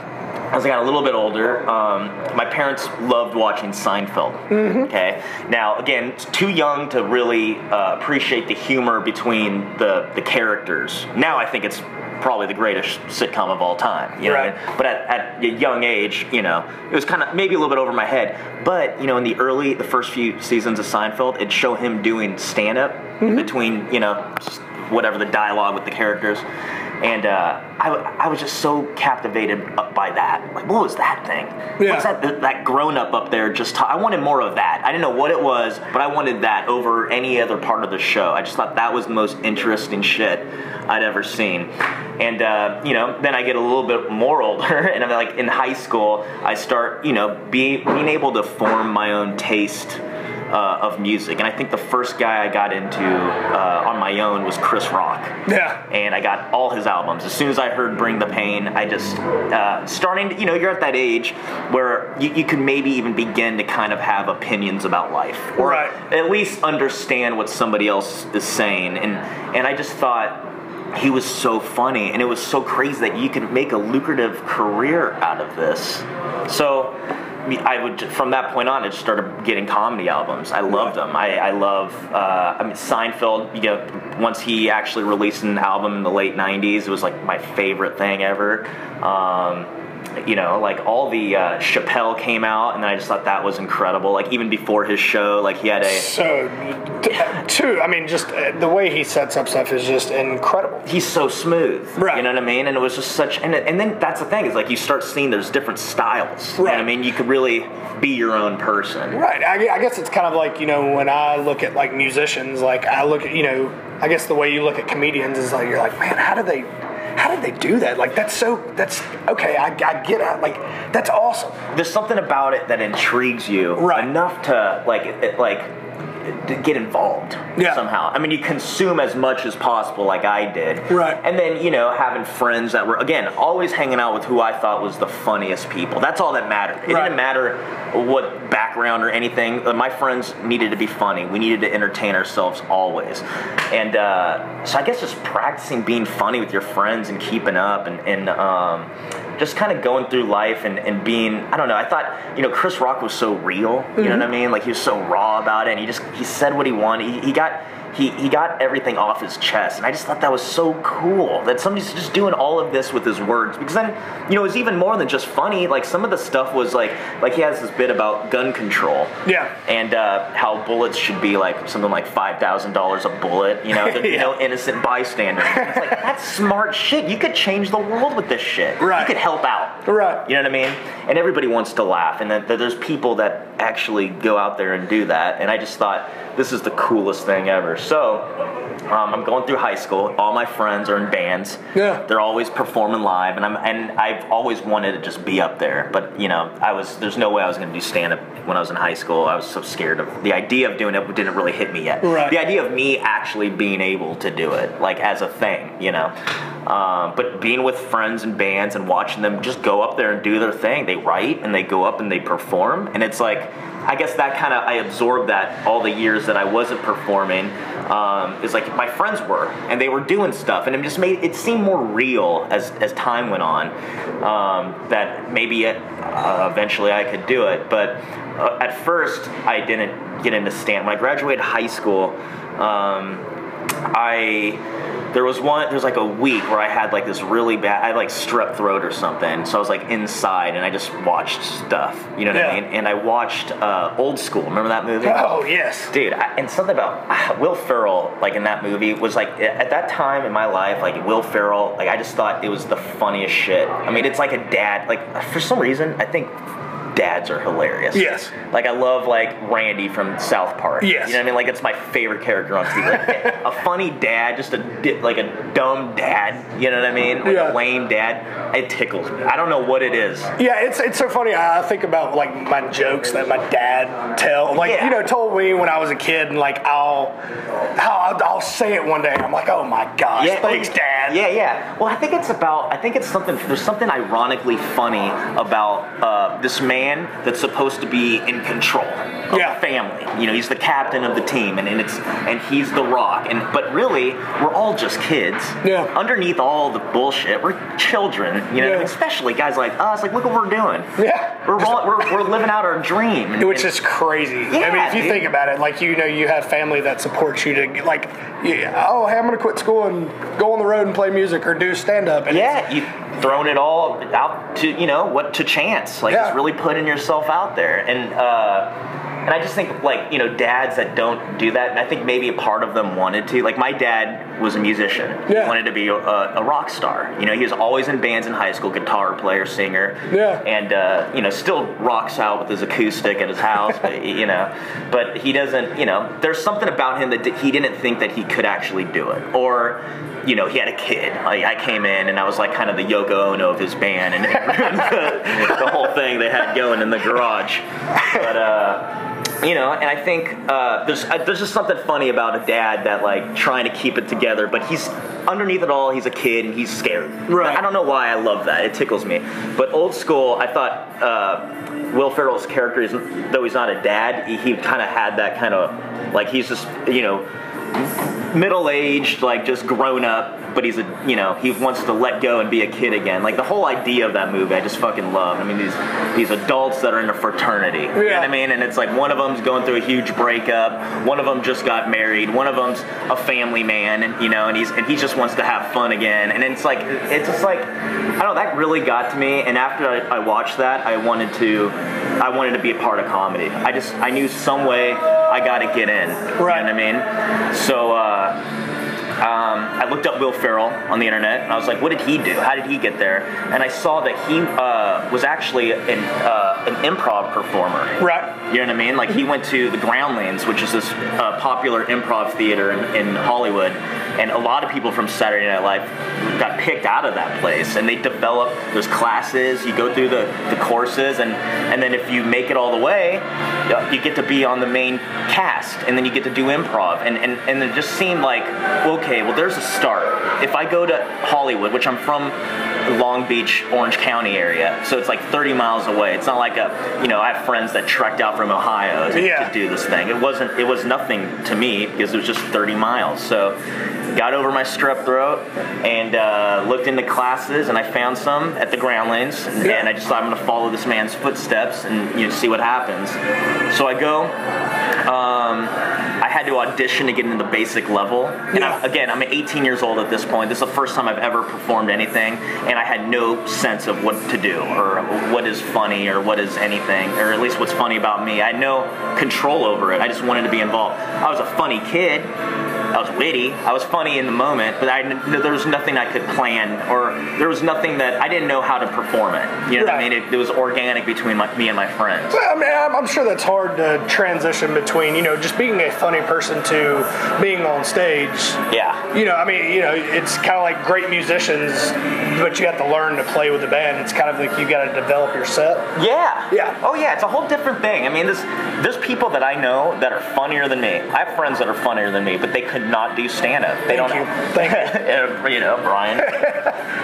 G: as I got a little bit older, um, my parents loved watching Seinfeld. Okay. Now, again, it's too young to really uh, appreciate the humor between the the characters. Now, I think it's probably the greatest sitcom of all time. You know what I
F: Right.
G: mean? but at, at a young age, you know, it was kind of maybe a little bit over my head. But you know, in the early, the first few seasons of Seinfeld, it'd show him doing stand up in between, you know, s- whatever the dialogue with the characters, and uh, I, w- I was just so captivated up by that. Like, what was that thing?
F: Yeah.
G: What's that? That, that grown up up there just. ta- I wanted more of that. I didn't know what it was, but I wanted that over any other part of the show. I just thought that was the most interesting shit I'd ever seen. And uh, you know, then I get a little bit more older, and I'm like in high school. I start, you know, being being able to form my own taste. Uh, of music, and I think the first guy I got into uh, on my own was Chris Rock
F: Yeah.
G: and I got all his albums. As soon as I heard Bring the Pain, I just uh, starting. To, you know, you're at that age where you, you can maybe even begin to kind of have opinions about life, or
F: Right.
G: at least understand what somebody else is saying. And and I just thought. He was so funny, and it was so crazy that you could make a lucrative career out of this. So, I would from that point on, I just started getting comedy albums. I love them. I, I love. Uh, I mean, Seinfeld. You know, once he actually released an album in the late '90s, it was like my favorite thing ever. Um, you know, like all the uh, Chappelle came out, and I just thought that was incredible. Like even before his show, like he had a
F: So, t- two, I mean, just uh, the way he sets up stuff is just incredible.
G: he's so smooth.
F: Right.
G: You know what I mean? And it was just such. And, and then that's the thing is like you start seeing there's different styles. You know what
F: Right.
G: I mean? You could really be your own person.
F: Right. I, gue- I guess it's kind of like, you know, when I look at like musicians, like I look at, you know, I guess the way you look at comedians is like, you're like, man, how do they, how did they do that? Like, that's so, that's, okay, I, I get it. Like, that's awesome.
G: there's something about it that intrigues you
F: Right.
G: enough to like it, like to get involved
F: Yeah.
G: somehow. I mean, you consume as much as possible, like I did.
F: Right.
G: And then you know, having friends that were again always hanging out with who I thought was the funniest people. That's all that mattered. It
F: Right.
G: didn't matter what background or anything. Uh, My friends needed to be funny. We needed to entertain ourselves always. And uh, so I guess just practicing being funny with your friends and keeping up and, and um, just kind of going through life and, and being, I don't know, I thought, you know, Chris Rock was so real. You know what I mean? Like he was so raw about it and he just, he said what he wanted. He, he got, he, he got everything off his chest and i just thought that was so cool that somebody's just doing all of this with his words because then you know it was even more than just funny like some of the stuff was like like he has this bit about gun control
F: Yeah.
G: and uh, how bullets should be like something like $5000 a bullet you know there'd be no innocent bystander it's like that's smart shit you could change the world with this shit
F: Right.
G: you could help out
F: Right.
G: you know what I mean? And everybody wants to laugh, and that, that there's people that actually go out there and do that. And I just thought this is the coolest thing ever. So um, I'm going through high school. All my friends are in bands.
F: Yeah.
G: They're always performing live, and I'm and I've always wanted to just be up there. But you know, I was there's no way I was going to do stand up when I was in high school. I was so scared of the idea of doing it. Didn't really hit me yet.
F: Right.
G: The idea of me actually being able to do it, like as a thing, you know. Um, but being with friends and bands and watching them just go up there and do their thing. They write and they go up and they perform, and it's like I guess that kind of I absorbed that all the years that I wasn't performing. Um, is like my friends were, and they were doing stuff, and it just made it seemed more real as as time went on. Um, that maybe it, uh, eventually I could do it, but uh, at first I didn't get into stand. When I graduated high school, um, I there was one there's like a week where I had like this really bad I had like strep throat or something so I was like inside and I just watched stuff you know what
F: Yeah.
G: I mean and I watched uh, Old School remember that movie
F: Oh yes.
G: dude I, and something about ah, Will Ferrell like in that movie was like at that time in my life like Will Ferrell like I just thought it was the funniest shit I mean it's like a dad like for some reason I think dads are hilarious
F: Yes.
G: like I love like Randy from South Park
F: Yes.
G: you know what I mean like it's my favorite character on TV like, a funny dad just a di- like a dumb dad you know what I mean like a
F: Yeah.
G: lame dad it tickles me I don't know what it is
F: Yeah, it's it's so funny. I I think about like my jokes that my dad tell, like
G: Yeah.
F: you know, told me when I was a kid, and like I'll, how I'll, I'll say it one day. and I'm like, oh my gosh, thanks, dad.
G: Yeah, yeah. Well, I think it's about. I think it's something. There's something ironically funny about uh, this man that's supposed to be in control. Of
F: Yeah.
G: The family. You know, he's the captain of the team, and, and it's and he's the rock. And but really, we're all just kids.
F: Yeah.
G: Underneath all the bullshit, we're children. You know, what I
F: Yeah.
G: mean? especially guys like us. Like, look what we're doing.
F: Yeah.
G: We're all, we're, we're living out our dream. And-
F: Which
G: and-
F: is crazy. I mean,
G: Yeah,
F: if you
G: dude.
F: think about it, like you know, you have family that supports you to like, yeah, oh, hey, I'm gonna quit school and go on the road and play music or do stand up.
G: Yeah, you've thrown it all out to you know what to chance. Like
F: Yeah.
G: just really putting yourself out there, and uh, and I just think like you know dads that don't do that. And I think maybe a part of them wanted to. Like my dad was a musician.
F: Yeah.
G: He wanted to be a, a rock star. You know, he was always in bands in high school, guitar player, singer.
F: Yeah.
G: And uh, you know, still rocks out with his acoustic at his house. but, you know, but he doesn't. You know, there's something about him that d- he didn't think that he could actually do it, or you know, he had a kid. I, I came in and I was like kind of the Yoko Ono of his band, and it ruined the, the whole thing they had going in the garage. But uh, you know, and I think uh, there's uh, there's just something funny about a dad that like trying to keep it together, but he's underneath it all, he's a kid and he's scared.
F: Right.
G: I don't know why I love that. It tickles me. But old school, I thought uh, Will Ferrell's character is though he's not a dad, he, he kind of had that kind of like he's just you know middle aged, like just grown up, but he's a you know he wants to let go and be a kid again. Like the whole idea of that movie, I just fucking love. I mean these these adults that are in a fraternity. You know what
F: Yeah.
G: I mean? And it's like one of them's going through a huge breakup, one of them just got married, one of them's a family man, and you know, and he's and he just wants to have fun again. And it's like it's just like I don't know, that really got to me. And after I, I watched that, I wanted to I wanted to be a part of comedy. I just I knew some way I got to get in.
F: Right.
G: You know what I mean? So. uh um, I looked up Will Ferrell on the internet, and I was like, "What did he do? How did he get there?" And I saw that he uh, was actually an, uh, an improv performer.
F: Right.
G: You know what I mean? Like he went to the Groundlings, which is this uh, popular improv theater in, in Hollywood, and a lot of people from Saturday Night Live got picked out of that place, and they develop those classes. You go through the, the courses, and and then if you make it all the way, uh, you get to be on the main cast, and then you get to do improv, and and and it just seemed like okay, well there's a start. If I go to Hollywood, which I'm from Long Beach, Orange County area. So it's like 30 miles away. It's not like a, you know, I have friends that trekked out from Ohio to,
F: Yeah.
G: to do this thing. It wasn't, it was nothing to me because it was just 30 miles. So got over my strep throat and uh, looked into classes and I found some at the Groundlings and,
F: Yeah.
G: and I just thought I'm going to follow this man's footsteps and, you know, see what happens. So I go, um, I had to audition to get into the basic level. And I'm,
F: Yeah.
G: again, I'm 18 years old at this point. This is the first time I've ever performed anything, and I had no sense of what to do or what is funny or what is anything, or at least what's funny about me. I had no control over it. I just wanted to be involved. I was a funny kid I was witty. I was funny in the moment, but I kn- there was nothing I could plan, or there was nothing that I didn't know how to perform it. You know what I
F: Right.
G: mean? It, it was organic between my, me and my friends.
F: Well, I mean, I'm, I'm sure that's hard to transition between, you know, just being a funny person to being on stage.
G: Yeah.
F: You know, I mean, you know, it's kind of like great musicians, but you have to learn to play with the band. It's kind of like you got to develop your set.
G: Yeah.
F: Yeah.
G: Oh yeah, it's a whole different thing. I mean, there's there's people that I know that are funnier than me. I have friends that are funnier than me, but they could not do stand up. They
F: Thank
G: don't.
F: you. Thank
G: you. know, Brian.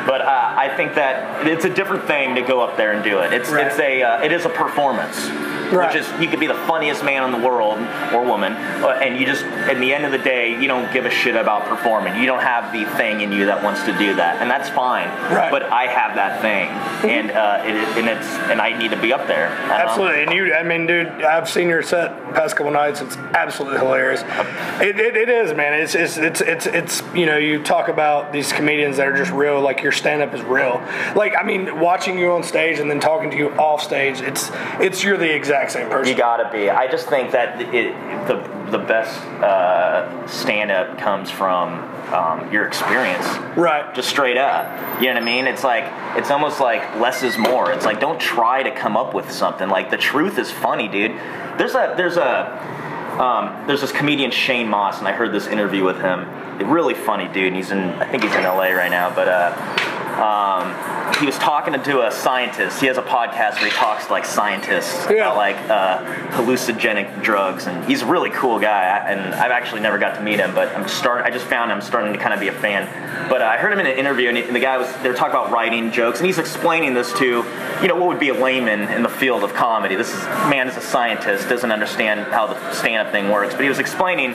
G: but uh, I think that it's a different thing to go up there and do it. It's
F: Right.
G: it's a uh, it is a performance.
F: Right.
G: Which is you could be the funniest man in the world or woman, uh, and you just at the end of the day you don't give a shit about performing. You don't have the thing in you that wants to do that, and that's fine.
F: Right.
G: But I have that thing, and uh, it, and it's and I need to be up there. Uh-huh. I don't know.
F: Absolutely, and you, I mean, dude, I've seen your set past couple nights. It's absolutely hilarious. It, it, it is, man. It's, it's it's it's it's you know, you talk about these comedians that are just real. Like your stand up is real. Like I mean, watching you on stage and then talking to you off stage, it's it's you're the exact same person.
G: You gotta be. I just think that it, the the best uh, stand up comes from um, your experience.
F: Right.
G: Just straight up. You know what I mean? It's like it's almost like less is more. It's like don't try to come up with something. Like the truth is funny, dude. There's a there's a um, there's this comedian Shane Moss, and I heard this interview with him. Really funny dude. And he's in I think he's in LA right now, but. Uh, um, he was talking to a scientist. He has a podcast where he talks to, like scientists
F: Yeah.
G: about like uh, hallucinogenic drugs, and he's a really cool guy. I- And I've actually never got to meet him, but I'm start. I just found him starting to kind of be a fan. But uh, I heard him in an interview, and, he- and the guy was they were talking about writing jokes, and he's explaining this to you know what would be a layman in the field of comedy. This is man is a scientist, doesn't understand how the stand up thing works, but he was explaining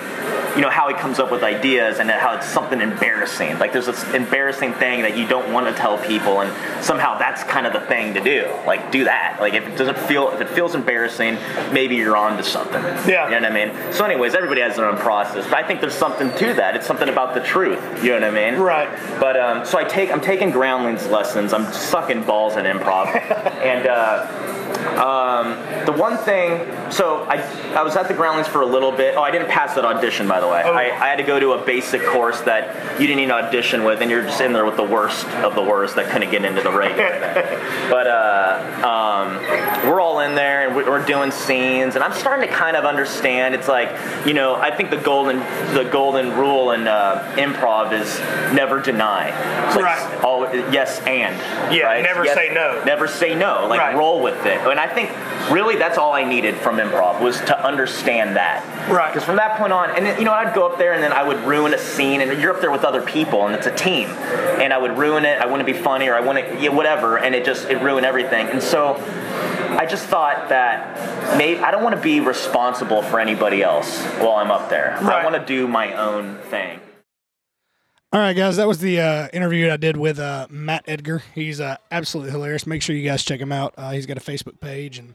G: you know how he comes up with ideas and how it's something embarrassing. Like there's this embarrassing thing that you don't want to tell people, and somehow that's kind of the thing to do. Like do that. Like if it doesn't feel if it feels embarrassing, maybe you're onto something.
F: Yeah.
G: You know what I mean? So, anyways, everybody has their own process, but I think there's something to that. It's something about the truth. You know what I mean?
F: Right.
G: But um, so I take I'm taking Groundlings lessons. I'm sucking balls at improv, and. Uh, um, the one thing, so I, I was at the Groundlings for a little bit. Oh, I didn't pass that audition, by the way. I, I had to go to a basic course that you didn't even audition with, and you're just in there with the worst of the worst that couldn't get into the regular thing. But uh, um, we're all in there, and we- we're doing scenes, and I'm starting to kind of understand. It's like, you know, I think the golden the golden rule in uh, improv is never deny. It's like,
F: Right.
G: All, yes and.
F: Yeah,
G: right?
F: never
G: Yes-
F: say no.
G: Never say no. Like
F: Right.
G: roll with it. And I think really that's all I needed from improv was to understand that.
F: Right.
G: Because from that point on, and then, you know, I'd go up there and then I would ruin a scene, and you're up there with other people, and it's a team, and I would ruin it. I wouldn't be funny, or I wouldn't, yeah, whatever, and it just it ruined everything. And so. I just thought that maybe I don't want to be responsible for anybody else while I'm up there.
F: Right.
G: I want to do my own thing.
D: All right, guys, that was the uh, interview that I did with uh, Matt Edgar. He's uh, absolutely hilarious. Make sure you guys check him out. Uh, he's got a Facebook page and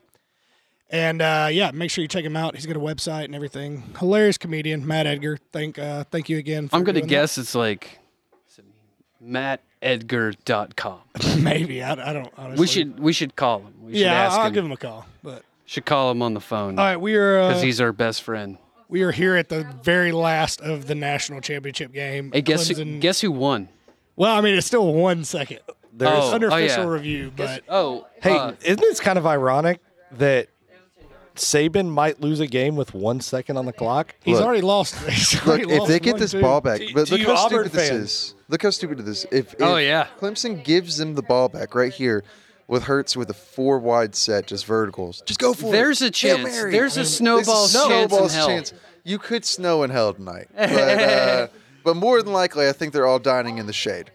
D: and uh, yeah, make sure you check him out. He's got a website and everything. Hilarious comedian, Matt Edgar. Thank uh, thank you again. For
B: I'm gonna
D: doing
B: guess it's like mattedgar.com.
D: that. maybe I, I don't. Honestly.
B: We should we should call him. We should
D: yeah,
B: ask
D: I'll
B: him.
D: give him a call. But
B: Should call him on the phone
D: all right, we are
B: because
D: uh,
B: he's our best friend.
D: we are here at the very last of the national championship game.
B: Hey, guess who,
D: Clemson-
B: guess who won?
D: well, I mean, it's still one second. There's
B: Oh,
D: under
B: oh, yeah.
D: official review, but
B: Oh,
E: Hey,
B: uh,
E: isn't this kind of ironic that Saban might lose a game with one second on the clock?
D: he's
C: Look.
D: already lost. he's
C: Look,
D: already
C: if
D: lost
C: they get
D: one,
C: this
D: too.
C: ball back,
E: To-
C: but
E: to
C: look
E: you
C: how
E: Auburn
C: stupid this
E: fans.
C: is. Look how stupid it is. If, if
B: Oh, yeah.
C: Clemson gives them the ball back right here with Hertz with a four wide set, just verticals. Just go for
B: There's
C: it.
B: a
C: Hail
B: chance.
C: Mary.
B: There's a snowball's
C: There's a
B: chance in
C: snowball's
B: hell.
C: chance. You could snow in hell tonight, but, uh, but more than likely, I think they're all dining in the shade.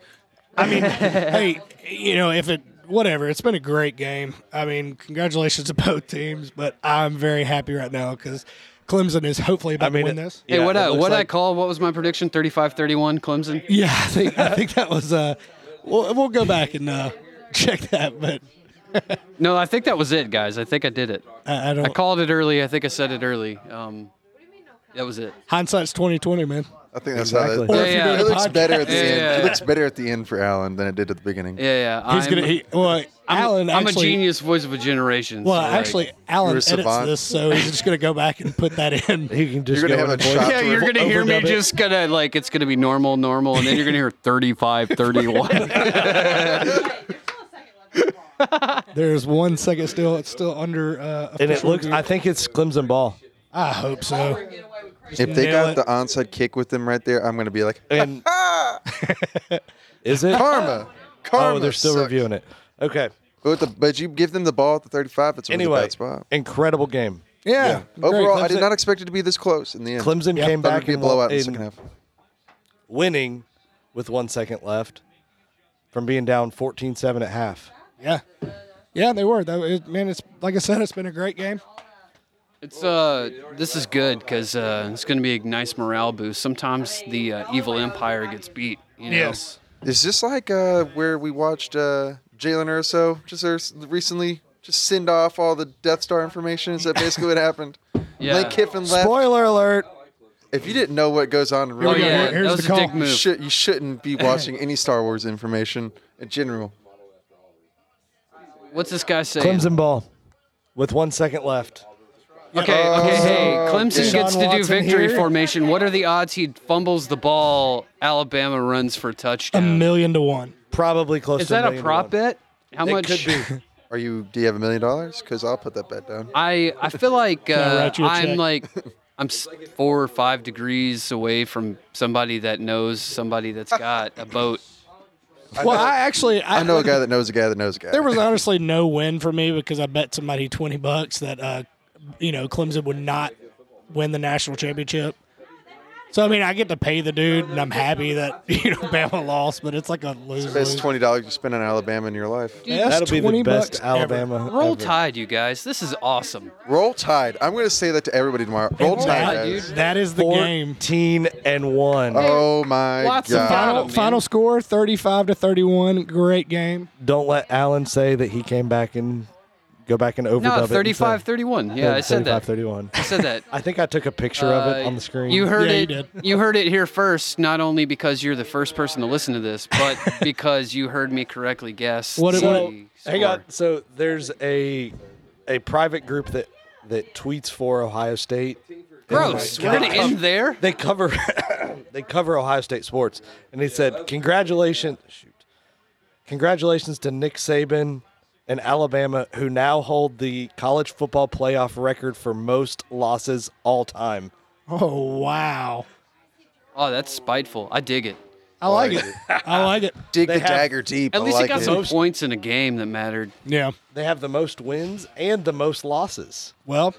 D: I mean, hey, you know, if it whatever, it's been a great game. I mean, congratulations to both teams, but I'm very happy right now because Clemson is hopefully about
E: I mean,
D: to win
E: it-
D: this.
B: hey,
E: yeah,
B: what
E: it
B: I
E: looks
B: what I
E: like-
B: call? What was my prediction? 35-31 Clemson.
D: Yeah, I think I think that was. Uh, we'll we'll go back and uh, check that, but
B: No, I think that was it, guys. I think I did it.
D: I, I don't.
B: I called it early. I think I said it early. Um, that was it.
D: hindsight's twenty twenty, man.
C: I think that's
E: Exactly.
C: how
E: Or
C: that,
D: if you
B: Yeah,
D: go
C: it
D: to
C: looks
D: podcast-
C: better at the
B: Yeah,
C: end.
B: yeah,
C: It
B: yeah.
C: looks better at the end for Alan than it did at the beginning.
B: Yeah, yeah.
D: He's
B: I'm,
D: gonna. He, well,
B: I'm,
D: Alan.
B: I'm
D: actually,
B: a genius voice of a generation.
D: Well,
B: so, like-
D: actually, Alan
C: You're a
D: edits
C: savant.
D: this, so he's just gonna go back and put that in.
E: He can just
C: You're gonna have
E: go in
C: a
E: and voice-
C: shot
B: yeah,
C: to
B: you're
E: over-
B: gonna hear me
E: overdub it.
B: just gonna like it's gonna be normal, normal, and then you're gonna hear 35, 31.
D: There's one second still. It's still under. Uh,
E: And it
D: official
E: looks.
D: review.
E: I think it's Clemson ball.
D: I hope so.
C: If they
D: Nail
C: got
D: it.
C: the onside kick with them right there, I'm gonna be like,
E: And is it?
C: karma, karma.
E: Oh, they're still
C: sucks."
E: reviewing it. Okay.
C: But, the, but you give them the ball at the 35. It's a really
E: Anyway,
C: bad spot.
E: incredible game.
D: Yeah.
C: Overall, I
D: great.
C: did not expect it to be this close in the end.
E: Clemson came
C: Thought it'd
E: back
C: be a
E: and won-
C: blowout in the
E: and
C: second half.
E: winning with one second left from being down 14-7 at half.
D: Yeah. Yeah, they were. That was, man, it's like I said, it's been a great game.
B: It's uh, this is good because uh, it's gonna be a nice morale boost. Sometimes the uh, evil empire gets beat. You know?
C: Is this like uh, where we watched uh, Jalen Urso just ers- recently? Just send off all the Death Star information. Is that basically what happened?
B: Yeah.
C: Lane Kiffin left. Oh,
E: Spoiler alert.
C: If you didn't know what goes on in real
B: Oh
D: Here we go.
B: yeah,
D: Here-
B: that
D: here's the
B: was a
D: call.
B: dick
C: you,
B: move.
C: should, you shouldn't be watching any Star Wars information in general.
B: What's this guy saying?
E: Clemson ball with one second left.
B: Okay, okay, hey, Clemson
D: okay.
B: gets to
D: Deshaun
B: do
D: Watson
B: victory
D: here.
B: formation. What are the odds he fumbles the ball? Alabama runs for
D: A
B: touchdown.
D: million to one.
E: Probably close
B: Is
E: to
B: that a
E: million to
B: prop
E: one.
B: bet? How
E: It
B: much?
E: could
C: Are you? Do you have a million dollars? Because I'll put that bet down.
B: I I feel like
D: I
B: uh,
D: write you a
B: I'm
D: check?
B: like I'm s- four or five degrees away from somebody that knows somebody that's got a boat.
D: Well, I actually, I,
C: I know a guy that knows a guy that knows a guy.
D: There was honestly no win for me because I bet somebody twenty bucks that uh, you know Clemson would not win the national championship. So I mean, I get to pay the dude, and I'm happy that you know Bama lost, but it's like a loser.
C: It's twenty dollars you spend on Alabama in your life.
E: be. That'll be the best Alabama.
B: Roll
E: ever.
B: Tide, you guys. This is awesome.
C: Roll Tide. I'm going to say that to everybody tomorrow. Roll
B: Roll
C: Tide,
B: Tide,
C: guys.
B: dude.
D: That is the game.
E: 14 and 1.
C: Oh my
B: Lots of
C: god!
B: bottle-
D: Final, final score: thirty-five to thirty-one. Great game.
E: Don't let Allen say that he came back and go back and overdub
B: No,
E: it.
B: 35 31. Yeah, I said that.
E: 31.
B: I said that.
E: I think I took a picture of it
B: Uh,
E: on the screen.
B: You heard
D: Yeah, you
B: it. You,
D: did.
B: heard it here first. Not only because you're the first person to listen to this, but because you heard me correctly guess.
D: What it-
B: the
D: what it-
B: score.
E: Hang on. So there's a a private group that that tweets for Ohio State.
B: Gross.
E: Oh
B: We're gonna end there.
E: They cover they cover Ohio State sports, and he said, "Congratulations, shoot, congratulations to Nick Saban and Alabama, who now hold the college football playoff record for most losses all time."
D: Oh wow!
B: Oh, that's spiteful. I dig it.
D: I like it. I like it.
C: Dig
E: They
C: the
E: have-
C: dagger deep.
B: At
C: I
B: least
C: like
B: it got
C: it.
B: some points in a game that mattered.
D: Yeah.
E: They have the most wins and the most losses.
D: Well,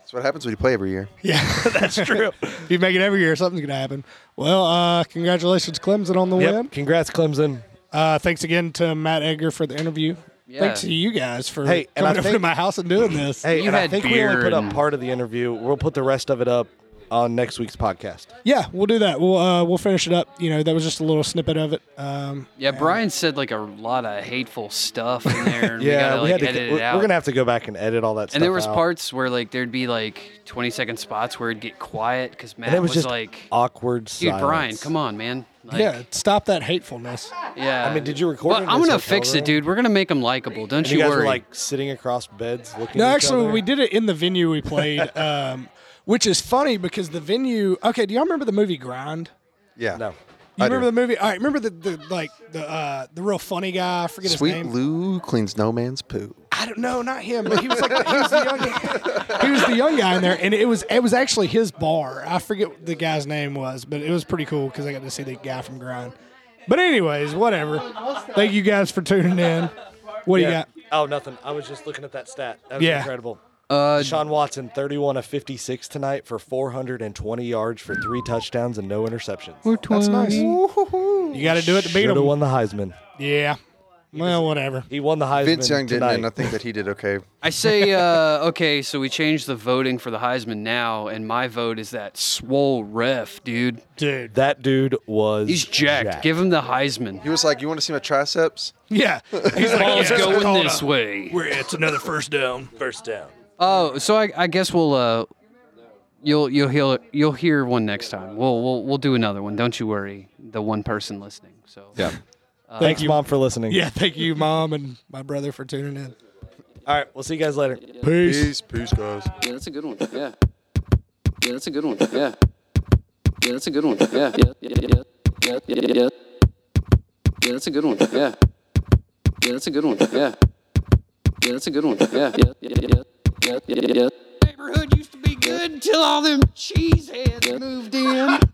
C: That's what happens when you play every year.
D: yeah, that's true. if you make it every year, something's gonna happen. Well, uh, congratulations, Clemson, on the win.
E: Yep. Congrats, Clemson.
D: Uh, thanks again to Matt Edgar for the interview.
B: Yeah.
D: Thanks to you guys for
E: Hey, and I
D: coming over to
E: think-
D: my house and doing this.
E: Hey,
B: You
E: and I
B: had
E: think we only
B: beer
E: put up
B: and-
E: part of the interview. We'll put the rest of it up on next week's podcast.
D: Yeah, we'll do that. We'll uh, we'll finish it up. You know, that was just a little snippet of it. Um,
B: Yeah, Brian said like a lot of hateful stuff in there. And we
E: Yeah, we
B: gotta like
E: had to.
B: edit
E: we're,
B: it out.
E: we're gonna have to go back and edit all that. stuff
B: and there was
E: out.
B: parts where like there'd be like 20 second spots where it'd get quiet because Matt
E: and it was,
B: was,
E: just
B: like,
E: awkward.
B: "Dude, Brian, come on, man." Like,
D: yeah, stop that hatefulness.
B: yeah.
E: I mean, did you record
B: But
E: it in
B: I'm
E: his
B: gonna
E: hotel
B: fix
E: room?
B: it, dude. We're gonna make him likable. Don't
E: You guys
B: worry.
E: were like sitting across beds looking.
D: No,
E: at each
D: actually,
E: other.
D: we did it in the venue we played, um, which is funny because the venue. Okay, do y'all remember the movie Grind?
C: Yeah.
E: No.
D: You
C: I do.
D: remember the movie? All right, remember the, the like the uh, the real funny guy. I forget his
C: Sweet
D: name.
C: Lou cleans no man's poo.
D: I don't know, not him, but he was like the, he was the young guy. he was the young guy in there, and it was it was actually his bar. I forget what the guy's name was, but it was pretty cool because I got to see the guy from Grind. But anyways, whatever. Thank you guys for tuning in. What do you
E: Yeah.
D: got?
E: Oh, nothing. I was just looking at that stat. That was
D: Yeah.
E: incredible.
B: uh,
E: Sean Watson, 31 of 56 tonight for 420 yards for three touchdowns and no interceptions.
C: That's nice.
D: You got to do it to beat
E: Should have
D: him.
E: won the Heisman.
D: Yeah. Well, whatever.
E: He won the Heisman
C: Vince Young didn't,
E: tonight.
C: and I think that he did okay.
B: I say, uh, okay, so we changed the voting for the Heisman now, and my vote is that swole ref, dude.
D: Dude.
E: That dude was.
B: He's jacked. Give him the Heisman.
C: He was like, "You want to see my triceps?"
D: Yeah. He's like,
B: Ball's
D: "Yeah,
B: going
D: hold
B: this
D: up.
B: way.
D: We're- It's another first down.
B: Oh, so I, I guess we'll uh, You'll you'll hear you'll hear one next time. We'll we'll we'll do another one. Don't you worry. The one person listening. So
H: Yeah.
E: Thanks,
D: you.
E: mom, for listening.
D: Yeah, thank you, mom, and my brother for tuning in.
E: All right, we'll see you guys later.
D: Peace.
C: Peace, peace, guys.
B: yeah, that's a good one. Yeah. Yeah, that's a good one. Yeah. Yeah, that's a good one. Yeah. Yeah. Yeah. Yeah. Yeah. Yeah. Yeah. Yeah, that's a good one. Yeah. Yeah, that's a good one. Yeah. Yeah, that's a good one. Yeah. Yeah. Yeah. Yeah. Yeah. Yeah. Yeah. Neighborhood used to be good till all them cheese heads moved in.